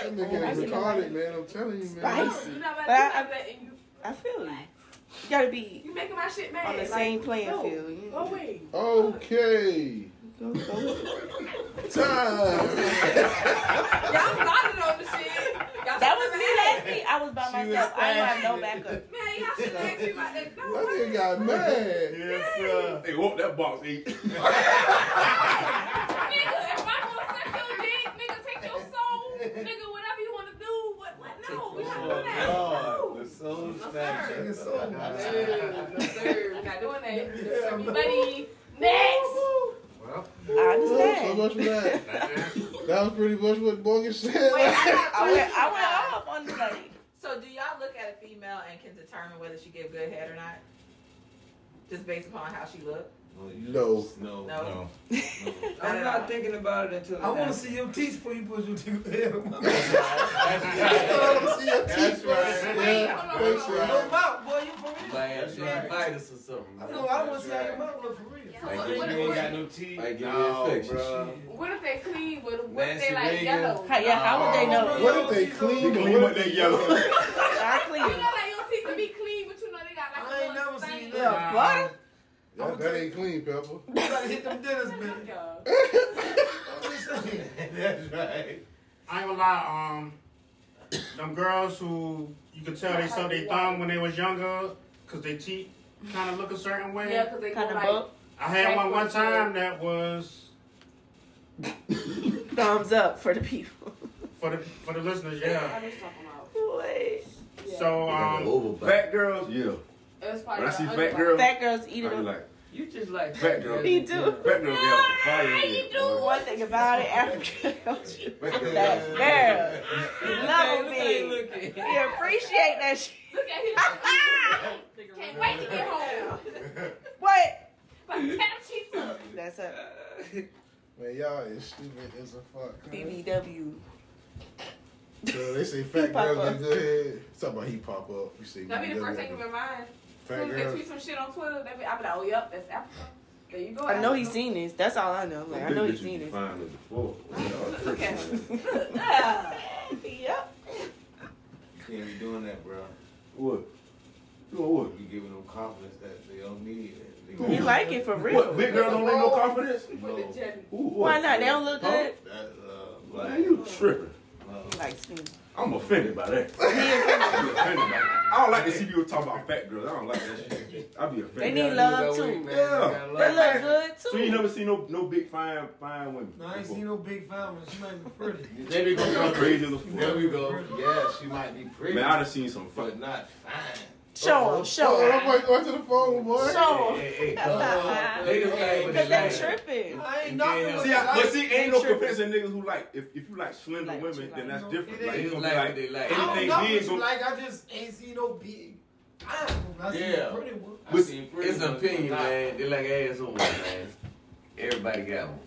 nigga is retarded, man. I'm telling you, man. Spicy. You not about to do But I- that, and you, I feel you. You gotta be you making my shit mad. on the like, same playing no, field. You Go away. Okay. go, go. Time. Y'all started on the shit. Y'all That was me started last week. I was by She was myself. I didn't have no fine. backup. Man, y'all should ask me about that. No, That nigga man. got mad. Yes, sir. Hey, whoop that box, eat. Nigga, if I wanna suck your dick, nigga, take your soul. Nigga, whatever you wanna do. What, what? No, we not doing that. No. The soul snatcher. snatcher. We're not doing that. Everybody, next. I So understand. much for that. That was pretty much what Morgan said. Wait, I got a I went. I went question. off on the lady. So do y'all look at a female and can determine whether she give good head or not? Just based upon how she look? Uh, No. No. No. No. I'm not thinking about it until. it I want to happens. see your teeth before you put your teeth in. I wanna see your That's teeth. right. Yeah, Wait, hold on, hold on, that's hold right. Your mouth, boy, you for real. Like, That's like right. virus or something. man. No, I want to see how your mouth look for real. What- Like, if what- you You ain't what- got no teeth. Like, give me No, infection. bruh. What if they clean, but what if Nancy they like Reagan. yellow? How, yeah. How would they know? What if they clean Clean and with that yellow. I You know, clean. like your teeth can be clean, but you know they got like I ain't a little never seen stain. that. What? That, that ain't clean, Pepper. You gotta hit them dinners, man. Yeah. That's right. I ain't gonna lie. Um, them girls who you could tell they suck their thumb when they was younger because they teeth kind of look a certain way. Yeah, 'cause they go Kinda like bump. I had one one backwards. time that was Thumbs up for the people. for the for the listeners. Yeah. Wait. So um, fat girls, yeah. That's When I see fat girls, Fat girls eat I it. be like, You just like fat girls. Me too. Fat girls be out the fire. You do one thing about it, African culture. That's fair. You love me. You appreciate that shit. Look at him. Can't wait to get home. What? Like, tap cheeks up. That's it. Man, y'all is stupid as a fuck. huh? BBW. So they say fat pop girls up. get good head. It's about he pop up. You see, That'd be the BBW. first thing in my mind. Fat Soon as they girls. tweet some shit on Twitter, they be, I be like, oh, yep, that's Africa. There you go. I know he's Africa. seen this. That's all I know. Like, I know he's seen this. Fine as a fool. Look at him. yep. You can't be doing that, bro. What? You what? You giving them confidence that they don't need it. They He gonna- like it for real. What, big girls don't need no confidence? No. Why not? They don't look Huh? good. That, uh, Man, you tripping. Like skinny. I'm offended by that. I'm offended by that. I don't like to see people talk about fat girls. I don't like that shit. I be offended. They need love too. Yeah. They look good too. So you never seen no no big fine fine women. No, I ain't seen no big fine, but she might be pretty. There we go. Crazy as a fool. There we go. Yeah, she might be pretty. Man, I'd have seen some fuck. but not fine. Show him, show Oh, him. I'm like, go to the phone, boy. Show Hey, 'em. hey, hey, uh, they just like what Cause they they like. tripping. I ain't uh, See, I, but see, ain't no comparison niggas who like if, if you like slender women, then that's different. It Like, you ain't gonna like what be they like, like. I don't anything know big. what you gonna- like. I just ain't seen no big. I don't know. I seen Yeah. a pretty one. It's it's an opinion, man. They like assholes, man. Everybody got one.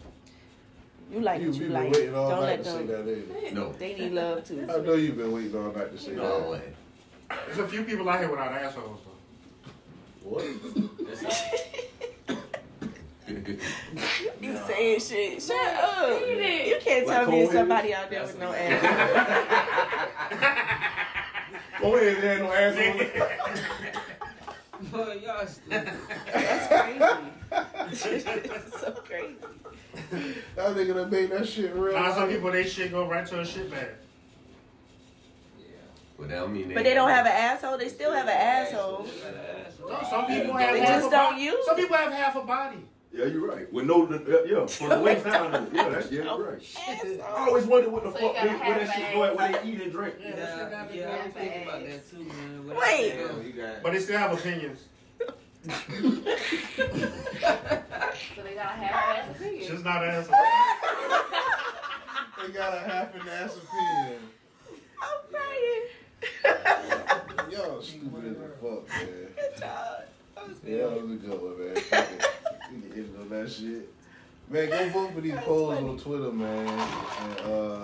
You like You, what you been like. waiting all Don't night let to say them. that. ain't you? No. They need love too. I know you've been waiting all night to say No that. way. there's a few people out here without assholes. Though. What? You saying shit. Shut up. Eat it. You can't Like tell me coneheads? it's somebody out there with no ass. Oh, yeah, they had no asshole. Boy, y'all stupid. That's crazy. so crazy. That nigga done made that shit real. Nah, some life. people they shit go right to a shit bag. But that don't mean But they don't have an asshole. They still have an asshole. Some people have They half just a bo- don't use Some people have half a body. Yeah, you're right. With no, yeah, yeah, for the waist down. Yeah, that's yeah, you're right. Asshole. I always wondered what the So you fuck they, gotta where have that shit an go at when they eat and drink. Yeah, yeah, I was thinking about that too, man. What Wait. I think of. But they still have opinions. So they gotta have ass opinion. Just not assholes. They got a half an ass opinion. I'm crying. Y'all stupid as a fuck, man. Dog. That was Yeah, that was a good one, man. Fuck it. We can end on that shit. Man, go vote for these polls on Twitter, man. And uh,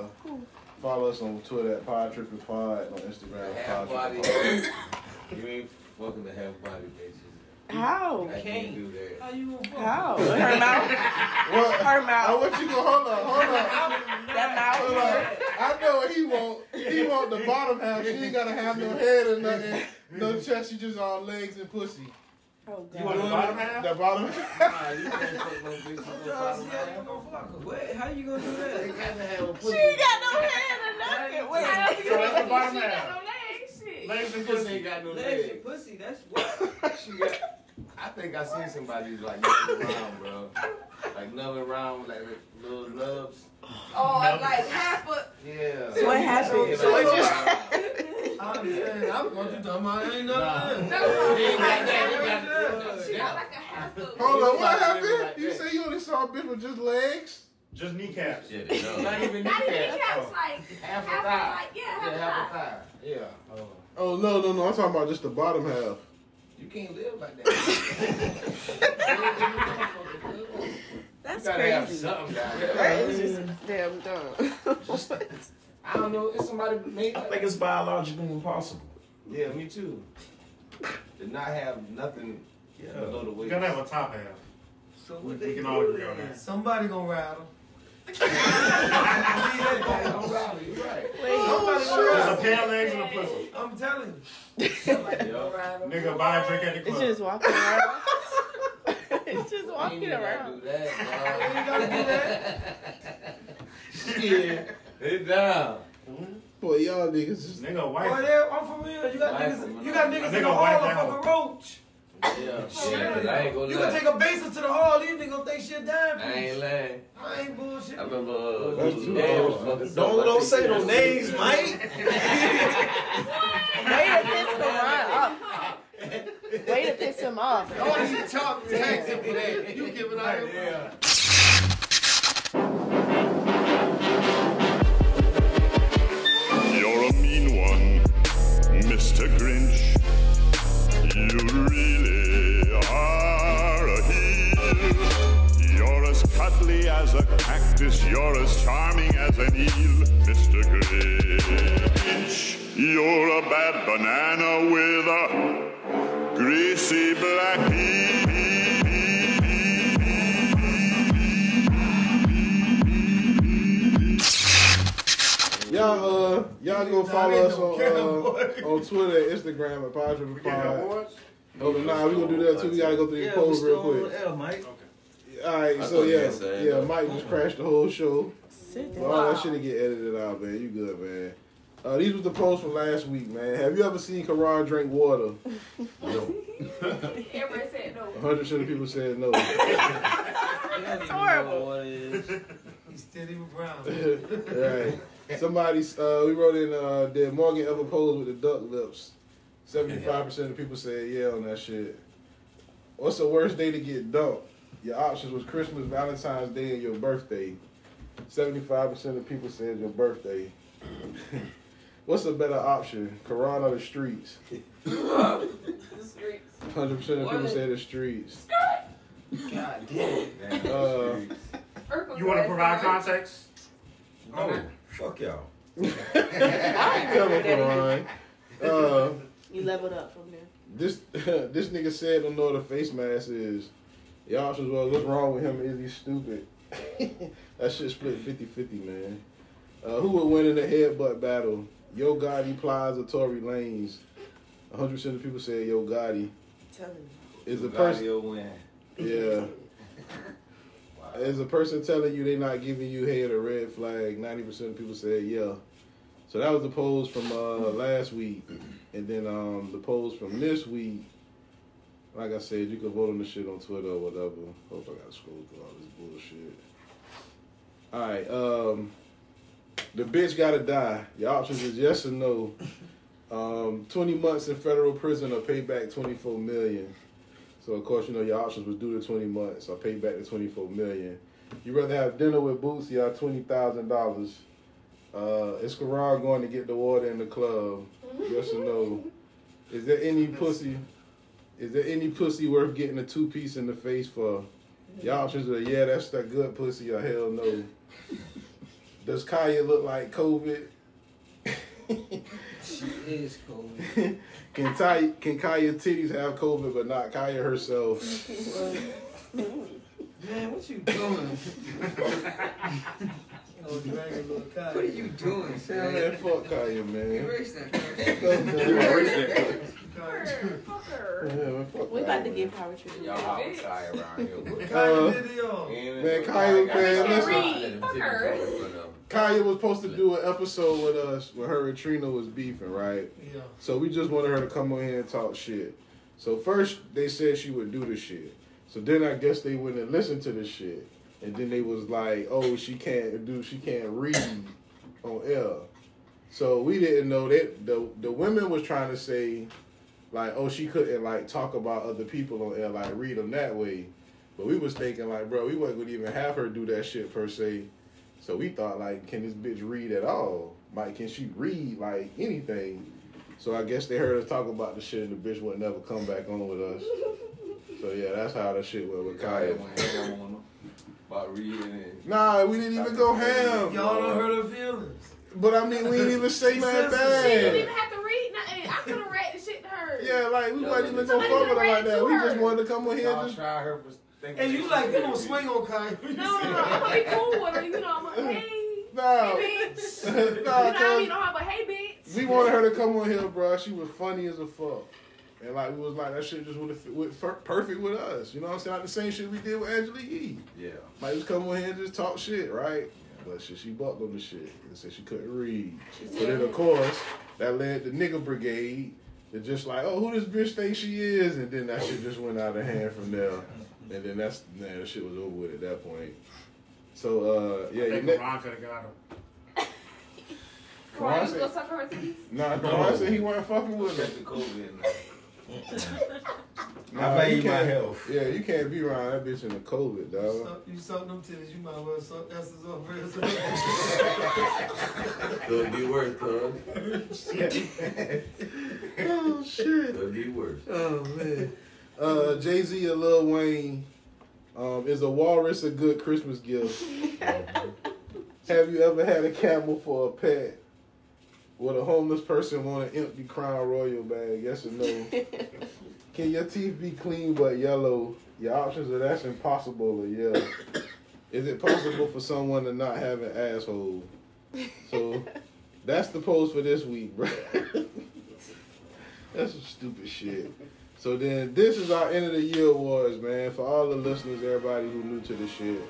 follow us on Twitter at Pod Tripping Pod, and on Instagram at Half Pod body. Tripping Pod. you ain't fucking the half body bitches. How? I can't do that. How you gonna How? Her mouth. What? Her I mouth. want you to hold on, hold on. That mouth. Hold on. I know what he want. He want the bottom half. She ain't gotta have no head or nothing. No chest, she just all legs and pussy. Oh You want god. the bottom half? The bottom Nah, you can't fuck no bitch with no bottom half. What? How you gonna do that? She ain't got no head or nothing. Wait. So that's the bottom She got half. no legs. Shit. Legs and pussy. ain't got no Legs legs. and pussy, that's what. She got. I think I seen somebody like nothing around, bro. Like nothing around, like little nubs. Oh, I'm like half a. Yeah. What happened? Yeah, like, What just I understand. I'm what you talking about. I ain't Nah. nothing. No, no, no. She Yeah. got like a half a. Hold on, what Like happened? that. You say you only saw a bitch with just legs? Just kneecaps. Yeah, they know. Not even Not even kneecap. caps, like Half a Half a thigh. thigh. Yeah, half a half a thigh. thigh. Yeah. Oh no, no, no. I'm talking about just the bottom half. You can't live like that. That's you gotta have crazy. something down That there. is just damn dumb. I don't know. It's somebody made. I think it's biologically impossible. Yeah, me too. To not have nothing Yeah. below the You waist. gotta have a top half. So We, what we they can all do agree on then? that. Somebody gonna rattle. I'm right. You're right. There's Somebody gonna a rattle. pair of legs and a pussy. I'm telling you. Nigga, buy a drink at the It's club. just walking around. it's just walking You ain't gotta around. do that, You ain't gotta do that. dog. Yeah. It down. Boy, y'all niggas is nigga Boy, that, I'm for real. You got Wife niggas, him, you got man. niggas Nigga in the wife hall of him. fucking roach. Yeah, shit. I ain't gonna You lie. can take a baser to the hall. These niggas think shit dying. I ain't lying. I ain't bullshit. I remember. Uh, That's Juice too Dale hard. fucking Don't- something. I don't think say he no was- names, Way to piss Karan off. Way to piss him off. All these chalk tags and that. You giving out Yeah. You're a mean one, Mr. Grinch. You really are a heel. You're as cuddly as a cactus, you're as charming as an eel, Mr. Grinch. You're a bad banana with a greasy black heel. Y'all, uh, y'all go follow ain't us no on, care, uh, on Twitter, Instagram, at Pod Driven getting Pod. awards? Oh, but nah, we gonna do that too. We gotta go through the polls real quick. L, Mike. All right, I so thought you yeah, had said yeah, that. Mike just crashed the whole show. Sit Well, all that shit to get edited out, man. You good, man. Uh, these was the posts from last week, man. Have you ever seen Karan drink water? no. Everybody said no. A hundred percent of people said no. That's horrible. He's still even brown. right. Somebody, uh, we wrote in, uh, did Morgan ever pose with the duck lips? 75% of people said yeah on that shit. What's the worst day to get dumped? Your options was Christmas, Valentine's Day, and your birthday. 75% of people said your birthday. What's a better option? Quran or the streets? 100% of people What? say the streets. God damn. Uh, You want to provide context? Oh, fuck y'all. come on, Quran. Uh, You leveled up from there. This this nigga said don't know what a face mask is. Y'all should well, what's wrong with him? Is he stupid? that shit split 50-50, man. Uh, who would win in a headbutt battle? Yo Gotti Plaza, Tory Lanez. 100% of people said Yo Gotti. Tell me. Is Yo a person Gotti will win. Yeah. Is a person telling you they not giving you head a red flag? Ninety percent of people said yeah. So that was the polls from uh, last week, and then um, the polls from this week. Like I said, you can vote on the shit on Twitter or whatever. Hope I gotta scroll through all this bullshit. All right, um, the bitch gotta die. Your options is yes or no. Um, Twenty months in federal prison or pay back twenty four million. So of course, you know your options was due to twenty months or pay back the twenty four million. You rather have dinner with Bootsy or twenty thousand dollars? Uh, is Karan going to get the water in the club? Yes or no? Is there any pussy? Is there any pussy worth getting a two piece in the face for? Your options are yeah, that's the good pussy or hell no. Does Kaya look like COVID? She is cool. Can Ty, can Kaya titties have COVID but not Kaya herself? Man, what you doing? what are you doing, Yeah, son? man, fuck Kanye, man. Erase that card. Yeah, man, fuck We Kanye, about to man. get power trip. Y'all all tired around here. Uh, Man, Man, Kanye, man, listen. listen. Kanye was supposed to do an episode with us when her and Trina was beefing, right? Yeah. So we just wanted her to come on here and talk shit. So first they said she would do the shit. So then I guess they went and listened to the shit, and then they was like, "Oh, she can't do, she can't read on air." So we didn't know that the the women was trying to say, like, "Oh, she couldn't like talk about other people on air, like read them that way." But we was thinking like, bro, we wasn't gonna even have her do that shit per se. So we thought like, can this bitch read at all? Like, can she read like anything? So I guess they heard us talk about the shit, and the bitch would never come back on with us. So yeah, that's how the shit went with Kaya. About reading and Nah, we didn't even go ham. Y'all don't hurt her feelings. But I mean, we didn't even say nothing She didn't even bad. have to read nothing. I could have read the shit to her. Yeah, like we Y'all wasn't even gonna Somebody fuck with her read like that. to We her. just wanted to come on here. Y'all and just- try her for thinking. And you like, you gonna swing on Kanye. No, no, no. I'm gonna be cool with her. You know, I'm gonna hey, Nah. hey, bitch. Nah, you know what I cause- mean? I'm a hey, bitch. We wanted her to come on here, bro. She was funny as a fuck. And like we was like that shit just would have fit with per- perfect with us. You know what I'm saying? Like the same shit we did with Angela Yee. yeah. Like just come on here and just talk shit, right? But shit, she buckled the shit and said she couldn't read. But then, of course, that led the nigga brigade to just like, oh, who this bitch think she is? And then that shit just went out of hand from there. And then that's, man, the shit was over with at that point. So, uh, yeah. I think your ne- Ron could have got him. Karan Why you said- still suck her titties? Nah, Karan said he wasn't fucking with her. I value you my can't- health. Yeah, you can't be around that bitch in the COVID, dog. Suck- You suck them titties, you might as well suck Esther's off real It'll be worse, huh? oh shit. It'll be worse. Oh man. Uh, Jay Z and Lil Wayne um, is a walrus a good Christmas gift? Have you ever had a camel for a pet? Would a homeless person want an empty Crown Royal bag? Yes or no? Can your teeth be clean but yellow? Your options are that's impossible or yeah. Is it possible for someone to not have an asshole? So that's the post for this week, bro. That's some stupid shit. So then this is our end of the year awards, man. For all the listeners, everybody who new to this shit.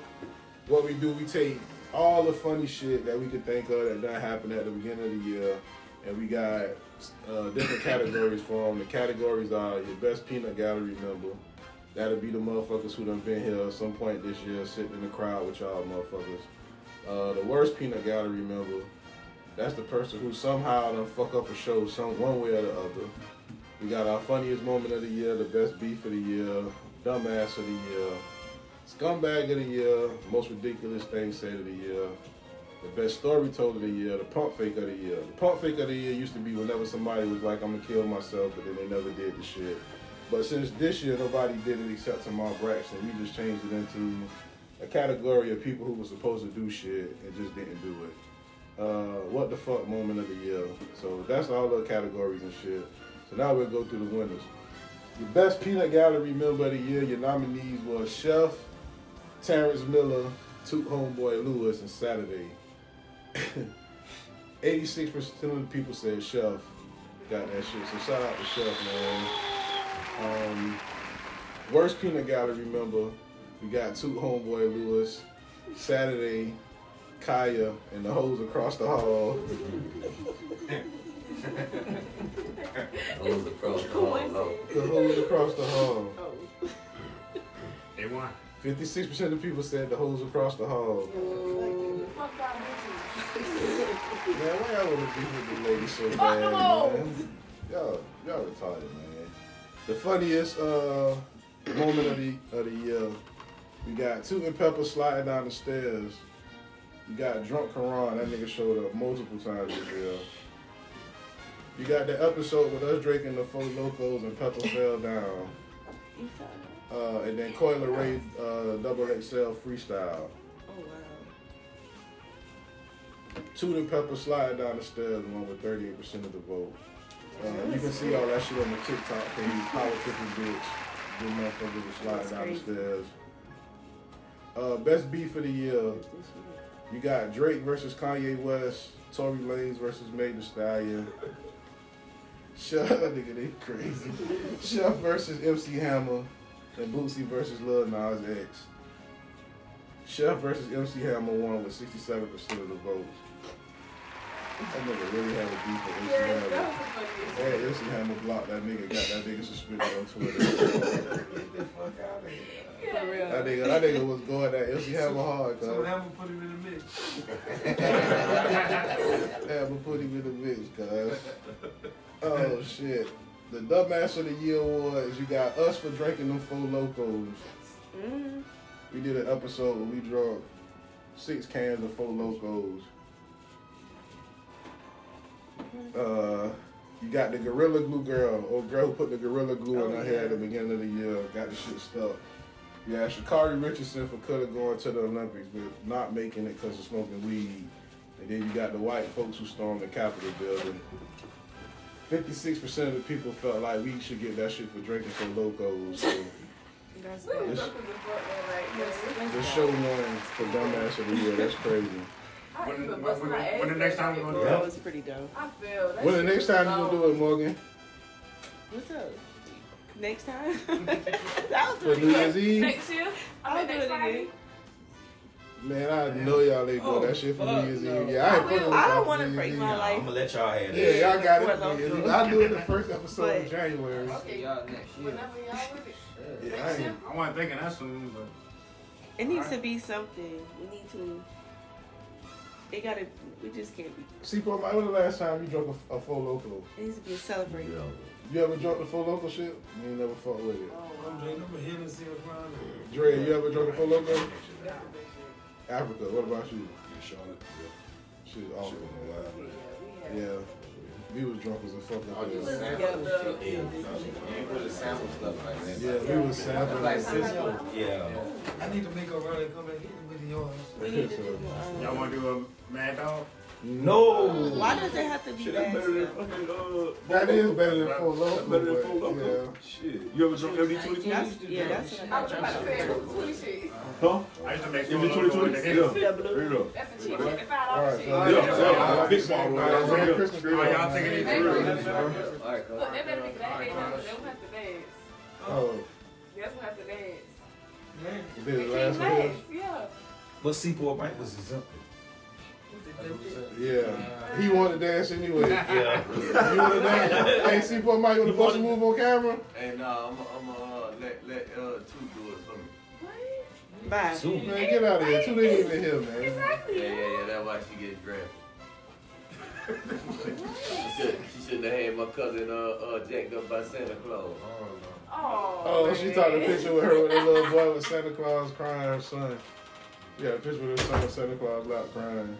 What we do, we take all the funny shit that we could think of that done happened at the beginning of the year, and we got uh, different categories for them. The categories are your best peanut gallery member. That'll be the motherfuckers who done been here at some point this year, sitting in the crowd with y'all motherfuckers. Uh, the worst peanut gallery member. That's the person who somehow done fuck up a show some one way or the other. We got our funniest moment of the year, the best beef of the year, dumbass of the year, scumbag of the year, most ridiculous thing said of the year, the best story told of the year, the pump fake of the year. The pump fake of the year used to be whenever somebody was like, I'm gonna kill myself, but then they never did the shit. But since this year nobody did it except Tamar Braxton, we just changed it into a category of people who were supposed to do shit and just didn't do it uh, what the fuck moment of the year. So that's all the categories and shit. So now we'll go through the winners. Your best peanut gallery member of the year, your nominees were Chef, Terrence Miller, Toot Homeboy Lewis, and Saturday. 86% of the people said Chef got that shit. So shout out to Chef, man. Um, worst peanut gallery member, we got Toot Homeboy Lewis, Saturday, Kaya and the hoes across the hall. Hoes across the hall. No. The hoes across the hall. Oh. They won. Fifty-six percent of people said the hoes across the hall. Fuck y'all Man, bitches. why y'all wanna be with the lady so Oh, Fuck bad? them hoes. Man? Y'all, y'all retarded, man. The funniest uh, moment of the of the year, we got Two and Pepper sliding down the stairs. You got drunk Karan. That nigga showed up multiple times this year. You got the episode with us drinking the four locos and Pepper fell down. Uh, and then Coil Ray uh, Double XL Freestyle. Oh wow. Tooting Pepper slide down the stairs along with 38% of the vote. Uh, you can see all that shit on the TikTok page, power tripping bitch. The motherfuckers was sliding down the stairs. Uh, best beef of the year. You got Drake versus Kanye West, Tory Lanez versus Megan Thee Stallion. Chef, nigga, they crazy. Chef versus MC Hammer, and Boosie versus Lil Nas X. Chef versus MC Hammer won with 67% of the votes. That nigga really had a beef with MC Yeah, Hammer. that was funny. Yeah, MC Hammer blocked that nigga, got that nigga suspended on Twitter. For real. that nigga, that nigga was going at MC Hammer hard, cuz. So Hammer put him in the mix. Hammer put him in the mix, cuz. Oh shit. The dumbass of the year awards, you got us for drinking them four locos. Mm. We did an episode where we drunk six cans of four locos. Uh, you got the Gorilla Glue girl, or girl who put the Gorilla Glue in her hair at the beginning of the year, got the shit stuck. You had Shakari Richardson for coulda going to the Olympics, but not making it because of smoking weed. And then you got the white folks who stormed the Capitol building. 56% of the people felt like we should get that shit for drinking some locos. So That's bad. This, right the show won for dumbass of the year. That's crazy. I When- even when- bust when- my when ass. the next time we gonna do That That Yeah. was pretty dope. I feel. that When the shit next is time you gonna long. do it, Morgan? What's up? Next time? that was For New Year's Eve? Next year? I'll I mean, do next it again. Friday? Man, I know y'all ain't doing Oh, that shit for New Year's Eve. Yeah, I ain't fucking with I y'all don't for want to New Year's break Eve. my life. I'm gonna let y'all have Yeah, that. y'all got it. Well, for New Year's no. Eve. I do it the first episode of But- January. Okay. Y'all next year. Whenever y'all ready. Yeah, I Next year? ain't. I wasn't thinking that soon, but It needs to be something. We need to. It gotta. We just can't be. See, Paul, when was the last time you drunk a, a full local? It needs to be a celebration. You ever drunk the full local shit? You ain't never fucked with Oh. it. I'm drinking I'm a Hennessy or Crown. Dre, you ever drunk a full local? Africa, what about you? Charlotte. She was awful. Yeah. We was drunk as a fucking All bitch. this sample shit. Yeah. You put the sample stuff like that. Yeah, we was sampling. Like Cisco. I need to make a run and come and hit with the yards. We need to do. Um, y'all want to do a Mad Dog? No. Why does it have to be Shit, that's better than that? fucking uh. That is better than full That's local. better than full but, local. Shit, you ever drunk MD twenty That's, twenty? yeah, that's what I I was about to say, twenty shit. Huh? I used to make MD Full twenty Loco twenty? in the Yeah. hills. There you go. That's a cheap fifty-five dollar shit. Yeah, yeah, big ball, right? Merry Yeah. Christmas, Oh, y'all taking it Merry Christmas. through? Look, they better be glad they don't, they don't have to dance. Oh, They don't have to dance. is this the They last can't one? dance, yeah. But Seaport Mike was exempt. Yeah. He wanted to dance anyway. Yeah. You want to dance? Hey, see, Paul, Mike, you want to bust a move on camera? Hey, nah, I'm I'm uh let let uh two do it for me. Bye. Man, get out of here. Two days even here, man. Yeah, yeah, yeah. That's why she gets drafted. she, should, she shouldn't have had my cousin uh, uh jacked up by Santa Claus. Oh, she took a picture with her with her little boy with Santa Claus crying her son. Yeah, a picture with her son with Santa Claus not crying.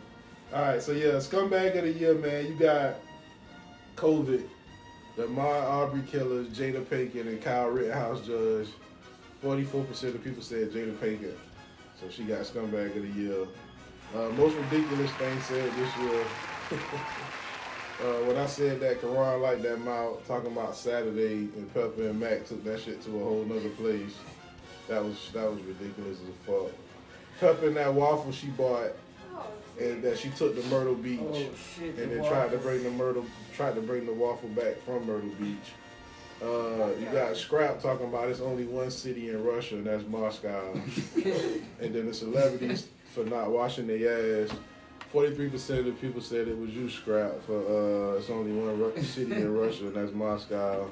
All right, so yeah, scumbag of the year, man. You got COVID, the Mar Aubrey killers, Jada Pinkett, and Kyle Rittenhouse judge. Forty-four percent of people said Jada Pinkett, so she got scumbag of the year. Uh, most ridiculous thing said this year. Uh, when I said that Karan liked that mouth, talking about Saturday and Pepper and Mac took that shit to a whole nother place. That was that was ridiculous as fuck. Pepper and that waffle she bought and that she took to Myrtle Beach Oh, shit, and the then tried to waffles. bring the Myrtle tried to bring the waffle back from Myrtle Beach. Uh, you got Scrap talking about it's only one city in Russia and that's Moscow. and then the celebrities for not washing their ass. Forty-three percent of the people said it was you, Scrap. For uh, it's only one Ru- city in Russia, and that's Moscow.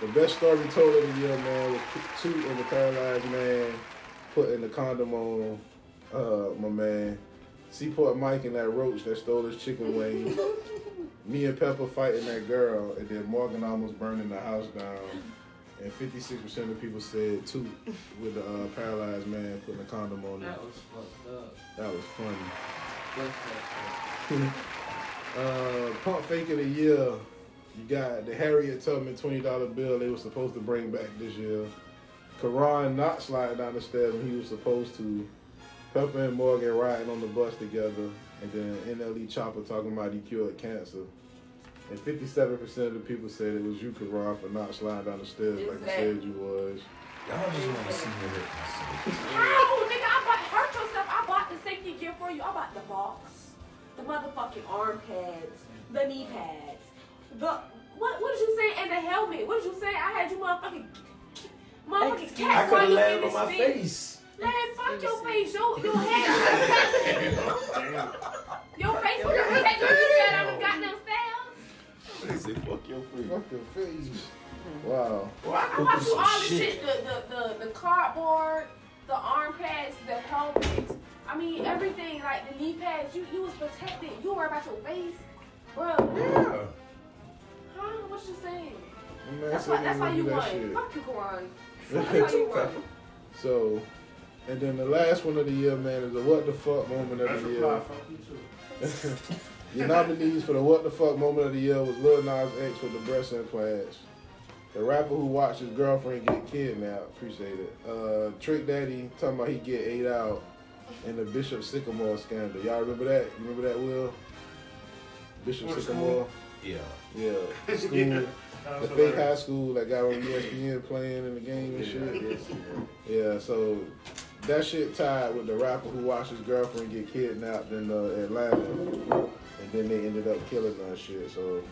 The best story told of the year, man, was two of the paralyzed man putting the condom on uh, my man Seaport Mike and that roach that stole his chicken wing. Me and Pepper fighting that girl, and then Morgan almost burning the house down. And 56% of people said two with the uh, paralyzed man putting a condom on him. That Oh. was fucked up. That was funny. What's that? Uh, pump fake of the year. You got the Harriet Tubman twenty dollar bill they were supposed to bring back this year. Karan not sliding down the stairs when he was supposed to. Pepper and Morgan riding on the bus together, and then NLE Chopper talking about he cured cancer. And fifty seven percent of the people said it was you, Karan, for not sliding down the stairs like you said you was. Y'all just want to see me hurt myself. How, nigga? I bought hurt yourself. I bought the safety gear for you. I bought the box, the motherfucking arm pads, the knee pads, the what? What did you say? And the helmet. What did you say? I had you motherfucking motherfucking I cat could have running laid in it on this my bitch. face. Man, fuck your face. Your your head. your face. What did you say? You said I'm goddamn failed. They say fuck your face. Mm-hmm. Fuck the face. Wow. I bought you all the shit. The, the the the cardboard, the arm pads, the helmet. I mean everything. Like the knee pads. You you was protected. You worry about your face, bro. Yeah. Huh? What you saying? Man, That's said why they that's why wouldn't you do that won. shit. Fuck you, Karan. That's why you won. So, and then the last one of the year, man, is the what the fuck moment of the year. Your nominees for the what the fuck moment of the year was Lil Nas X with the breast implants, the rapper who watched his girlfriend get kidnapped, appreciate it. Uh, Trick Daddy talking about he get ate out, and the Bishop Sycamore scandal. Y'all remember that? You remember that, Will? Bishop What, Sycamore. Yeah. Yeah, school, Yeah, that the was fake high hilarious. school that got on E ESPN playing in the game and shit. Yeah, so that shit tied with the rapper who watched his girlfriend get kidnapped in uh, Atlanta, and then they ended up killing her and shit. So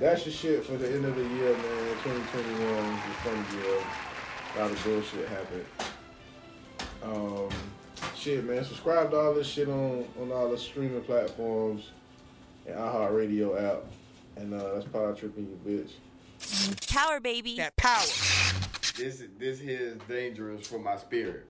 that's your shit for the end of the year, man. 2021 was a fun year. A lot of bullshit happened. Um, shit, man. Subscribe to all this shit on on all the streaming platforms and iHeartRadio app. And uh, that's power tripping you, bitch. Power, baby. That power. This this here is dangerous for my spirit.